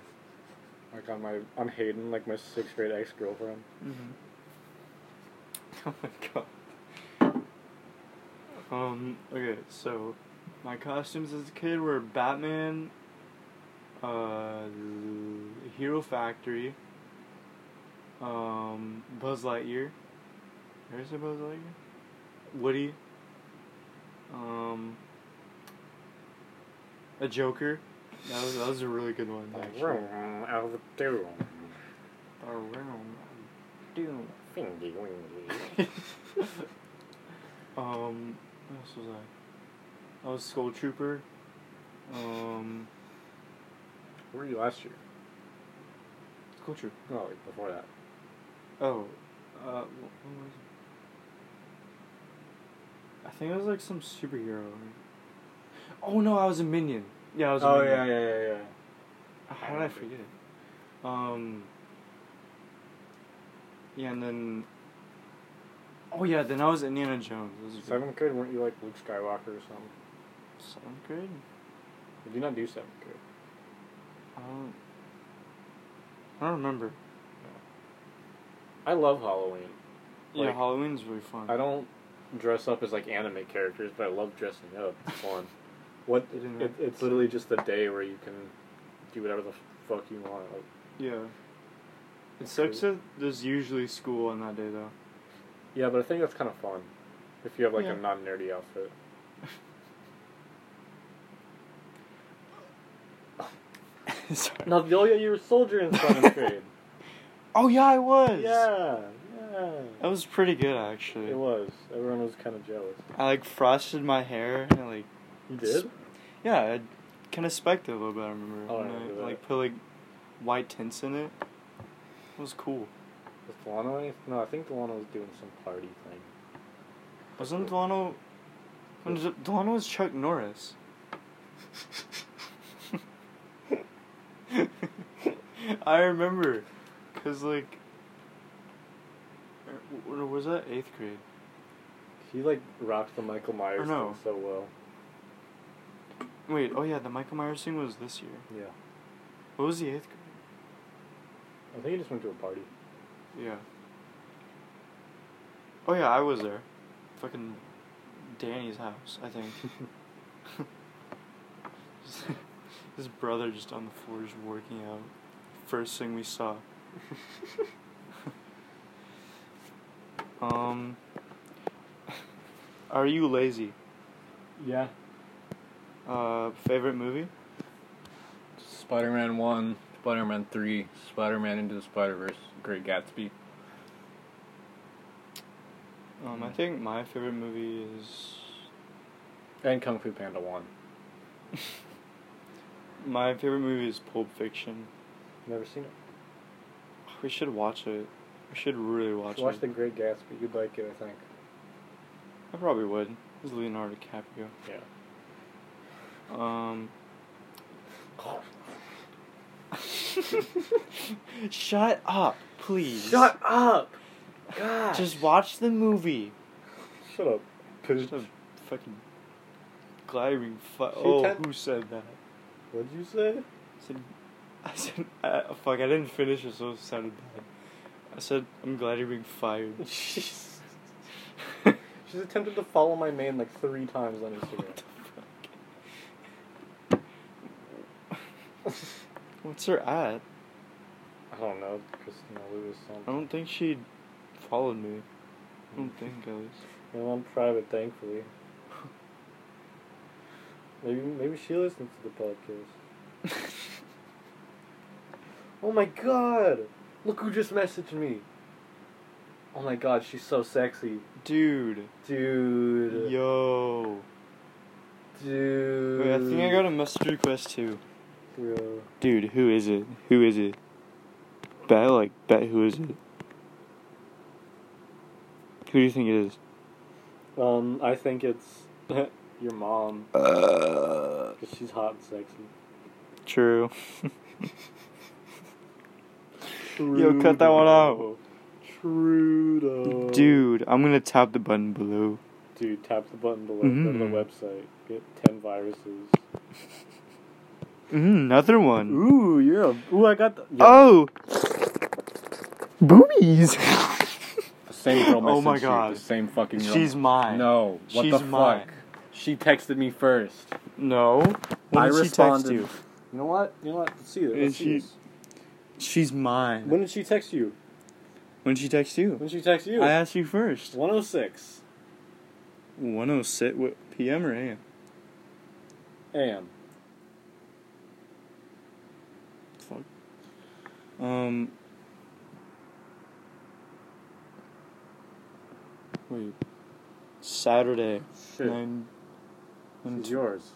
B: Like on my on Hayden, like my sixth grade ex girlfriend.
A: Mm-hmm. Oh my god. Um, okay, so my costumes as a kid were Batman, uh, Hero Factory, um, Buzz Lightyear. There's a Buzz Lightyear? Woody. Um, a Joker. That was, that was a really good one, actually.
B: Out of the two.
C: Doom.
B: Fingy wingy.
A: Um, what else was I? I was Skull Trooper. Um,
B: Where were you last year?
A: Skull Trooper.
B: No, like before that.
A: Oh, uh, wh- what was it? I think it was like some superhero. Oh no, I was a minion. Yeah, I was. A
B: Oh yeah,
A: minion.
B: yeah, yeah, yeah.
A: How did I forget it? Um. Yeah, and then. Oh yeah, then I was Indiana Jones. This is
B: Seventh grade, weren't you like Luke Skywalker or something?
A: Seventh grade.
B: Did you not do seventh grade?
A: I don't. I don't remember.
B: I love Halloween.
A: yeah,
B: Like-
A: Halloween's really fun.
B: I don't dress up as like anime characters, but I love dressing up. It's fun. What
A: You didn't
B: it,
A: have-
B: it's literally just a day where you can do whatever the fuck you want. Like,
A: Yeah. It
B: That's
A: sucks
B: cool.
A: that there's usually school on that day though.
B: yeah, but I think that's kind of fun if you have like
A: Yeah.
B: a non nerdy outfit. Novelia, oh, you were a soldier in seventh grade.
A: Oh yeah, I was.
B: yeah, yeah.
A: That was pretty good actually.
B: It was. Everyone was kind of jealous.
A: I like frosted my hair and I, like
B: You
A: did?
B: did?
A: yeah, I kind of spiked it a little bit. I remember.
B: Oh, I
A: And
B: remember that.
A: like put like white tints in it. It was cool.
B: Was Delano? any- No, I think Delano was doing some party thing.
A: Wasn't Delano? when Del- Delano was Chuck Norris. I remember. Cause like, er, w- was that eighth grade?
B: He like rocked the Michael Myers
A: no.
B: thing so well.
A: Wait, oh yeah, the Michael Myers thing was this year.
B: Yeah.
A: What was the eighth grade?
B: I think he just went to a party.
A: Yeah. Oh yeah, I was there. Fucking Danny's house, I think. His brother just on the floor just working out. First thing we saw. um Are you lazy?
B: Yeah.
A: Uh favorite movie?
B: Spider Man 1, Spider Man 3, Spider Man Into the Spider Verse, Great Gatsby.
A: Um I
B: Mm.
A: think my favorite movie is
B: And Kung Fu Panda 1.
A: my favorite movie is Pulp Fiction.
D: Never seen it.
A: We should watch it. We should really watch
B: Watch, watch
A: it.
B: The Great Gatsby. You'd like it, I think.
A: I probably would. It's Leonardo DiCaprio.
B: Yeah.
A: Um. Shut up, please.
B: up! God!
A: Just watch the movie.
D: Shut up.
A: Just a fucking glaring fu- Oh,
B: can't-
A: who said that?
D: What'd you say?
A: I said, I said uh, fuck, I didn't finish it, so it sounded bad. I said, I'm glad you're being fired.
D: She's
A: what
D: she's attempted to follow my name like three times on Instagram.
A: the fuck? What's her at?
D: I don't know, Christina Lewis.
A: I don't think she followed me. I don't think I was.
D: You know, I'm private, thankfully. Maybe maybe she listens to the podcast. oh my god! Look who just messaged me. Oh my god, she's so sexy,
A: Dude.
D: dude.
A: Yo.
D: Dude.
A: Wait, I think I got a message request too.
D: Bro.
A: Dude, who is it? Who is it? Bet, like, bet who is it? Who do you think it is?
D: Um, I think it's your mom.
A: Uh.
D: Cause she's hot and sexy.
A: True. Yo, cut that one out.
D: Trudeau.
A: Dude, I'm gonna tap the button below.
D: Dude, tap the button below.
A: Mhm.
D: Go to the website. Get 10 viruses.
A: Mm, another one.
D: Ooh, you're a. Ooh, I got the.
A: Oh! Boobies!
B: The same girl
A: Oh my
B: messaged you,
A: God.
B: The same fucking girl.
A: She's mine.
B: No. What
A: She's
B: the fuck?
A: mine.
B: She texted me first.
A: No. When
B: I
A: did she text
B: responded.
A: you?
D: You know what? You know what? Let's see this.
A: Is
D: Let's see
A: she-
D: this.
A: She's mine.
D: When did she text you?
A: When did she text
D: When
A: you?
D: did she text you?
A: I asked you first.
D: 106
A: 106 what, PM or AM?
D: a.m.
A: Fuck. Um. Wait. Saturday.
D: Shit.
A: Nine. nine
D: It's
A: two-
D: yours.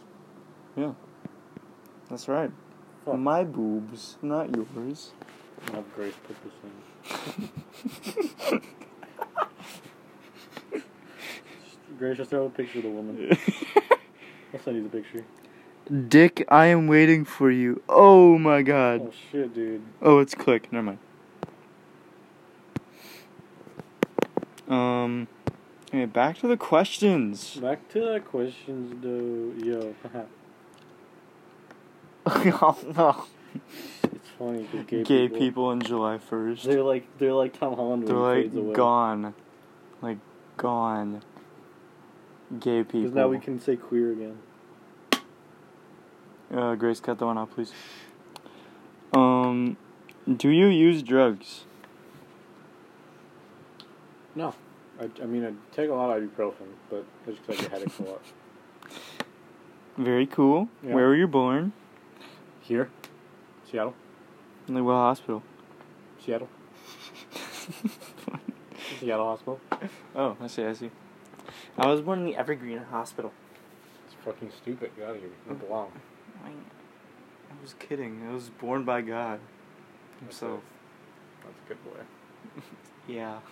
A: That's right.
D: Fuck.
A: My boobs, not yours.
D: I have Grace put this in. Grace, just throw a picture of the woman. I'll send you the picture.
A: Dick, I am waiting for you. Oh my god.
D: Oh shit, dude.
A: Oh, it's click. Never mind. Um. Okay, back to the questions.
D: Back to the questions, though. Yo,
A: no.
D: it's funny. 'cause Gay,
A: Gay people on July 1st.
D: They're like they're like Tom Holland when
A: They're
D: he fades away.
A: like gone. Like gone. Gay people.
D: Because now we can say queer again.
A: uh, Grace, cut that one out, please. Um, do you use drugs?
D: I, I mean, I take a lot of ibuprofen, but that's because I get headaches a lot.
A: Very cool.
D: Yeah.
A: Where were you born?
D: Here, Seattle,
A: In the well hospital.
D: Seattle, Seattle Hospital.
A: oh, I see, I see. I was born in the Evergreen Hospital.
B: It's fucking stupid. Get out of here. You
A: Mm.
B: don't belong.
A: I, I was kidding. I was born by God himself.
B: That's a good boy.
A: Yeah.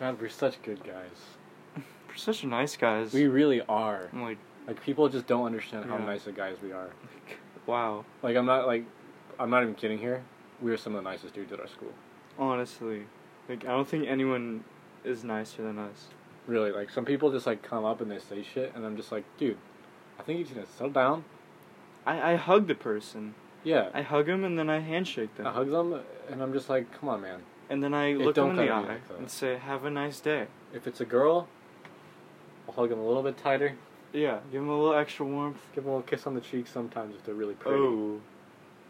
B: God, we're such good guys.
A: We're such nice guys.
B: We really are.
A: I'm like,
B: Like people just don't understand how
A: Yeah.
B: nice of guys we are.
A: wow.
B: Like I'm not like I'm not even kidding here. we were some of the nicest dudes at our school.
A: Honestly, like I don't think anyone is nicer than us.
B: Really, like some people just like come up and they say shit, and I'm just like, dude, I think you should just settle down.
A: I I hug the person.
B: Yeah,
A: I hug him and then I handshake them.
B: I hug them, and I'm just like, come on, man.
A: And then I
B: It
A: look
B: don't
A: him in the
B: gotta be
A: eye
B: like that.
A: and say, "Have a nice day."
B: If it's a girl, I'll hug them a little bit tighter.
A: Yeah, give him a little extra warmth.
B: Give them a little kiss on the cheek sometimes if they're really pretty.
A: Oh,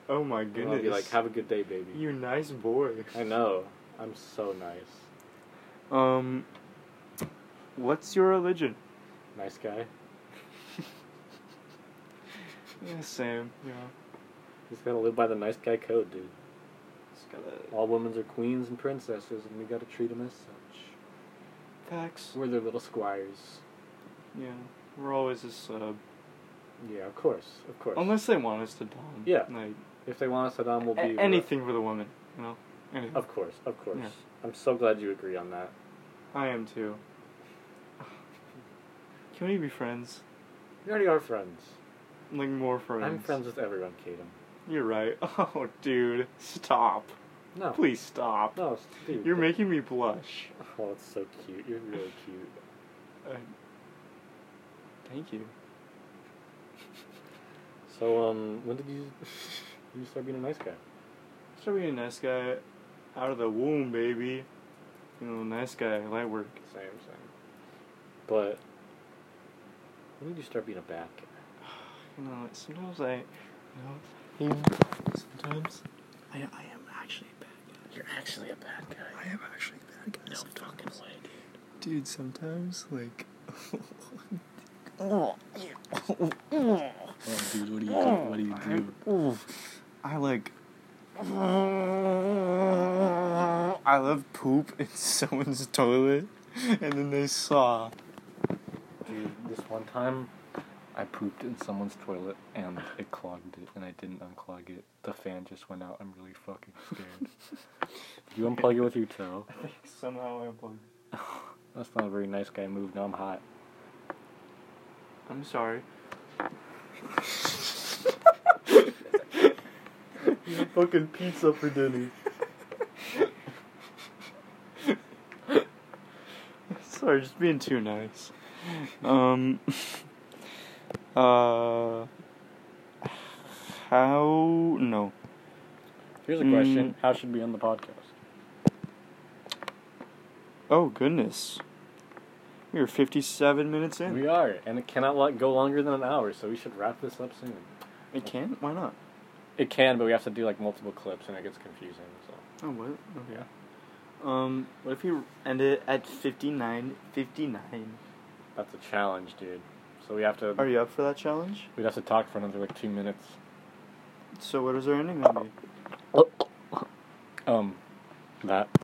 A: oh my
B: and I'll
A: goodness!
B: be like, have a good day, baby.
A: you nice boy.
B: I know. I'm so nice.
A: Um, what's your religion?
B: Nice guy.
A: Yeah, same. Yeah,
B: He's gotta live by the nice guy code, dude.
A: it's got a
B: All women are queens and princesses, and we gotta treat them as such.
A: facts.
B: We're their little squires.
A: Yeah, we're always a sub,
B: Yeah, of course, of course.
A: unless they want us to dom.
B: Yeah.
A: like
B: if they want us to dom, we'll be
A: a- anything for the woman. You know, anything.
B: Of course, of course.
A: Yeah.
B: I'm so glad you agree on that.
A: I am too. Can we be friends?
B: We already are friends.
A: Like more friends.
B: I'm friends with everyone, Kaden.
A: You're right. Oh, dude, stop!
B: No,
A: Please stop.
B: no, dude.
A: You're making me blush.
B: Oh, it's so cute. You're really cute.
A: Uh, thank you.
B: So, um, when did you you start being a nice guy?
A: Start being a nice guy out of the womb, baby. You know, nice guy, light work.
B: Same, same. But when did you start being a bad guy?
A: You know, sometimes I, you know, sometimes I, I am actually a bad guy.
B: You're actually a bad guy.
A: I am actually a bad guy. sometimes.
B: way, dude.
A: Dude, sometimes, like,
B: Oh, dude, what do you do?
C: What
B: do you do?
A: I like. I love poop in someone's toilet, and then they saw.
B: Dude, this one time, I pooped in someone's toilet and it clogged it, and I didn't unclog it. The fan just went out. I'm really fucking scared. Did you unplug it with your toe?
A: Somehow I bugged.
B: That's not a very nice guy move. Now I'm hot.
A: I'm sorry.
B: fucking pizza for dinner.
A: Sorry, just being too nice. Um. Uh. How? No.
B: Here's a
A: Mm.
B: question: How should we end the podcast?
A: Oh goodness. We are fifty-seven minutes in.
B: We are, and it cannot lo- go longer than an hour, so we should wrap this up soon.
A: it can. Why not?
B: It can, but we have to do like multiple clips, and it gets confusing. So
A: Oh what? Okay. Um. What if you end it at fifty-nine? Fifty-nine.
B: that's a challenge, dude. So we have to.
A: Are you up for that challenge?
B: We'd have to talk for another like two minutes.
A: Oh. So what is our ending gonna be?
B: Um, that.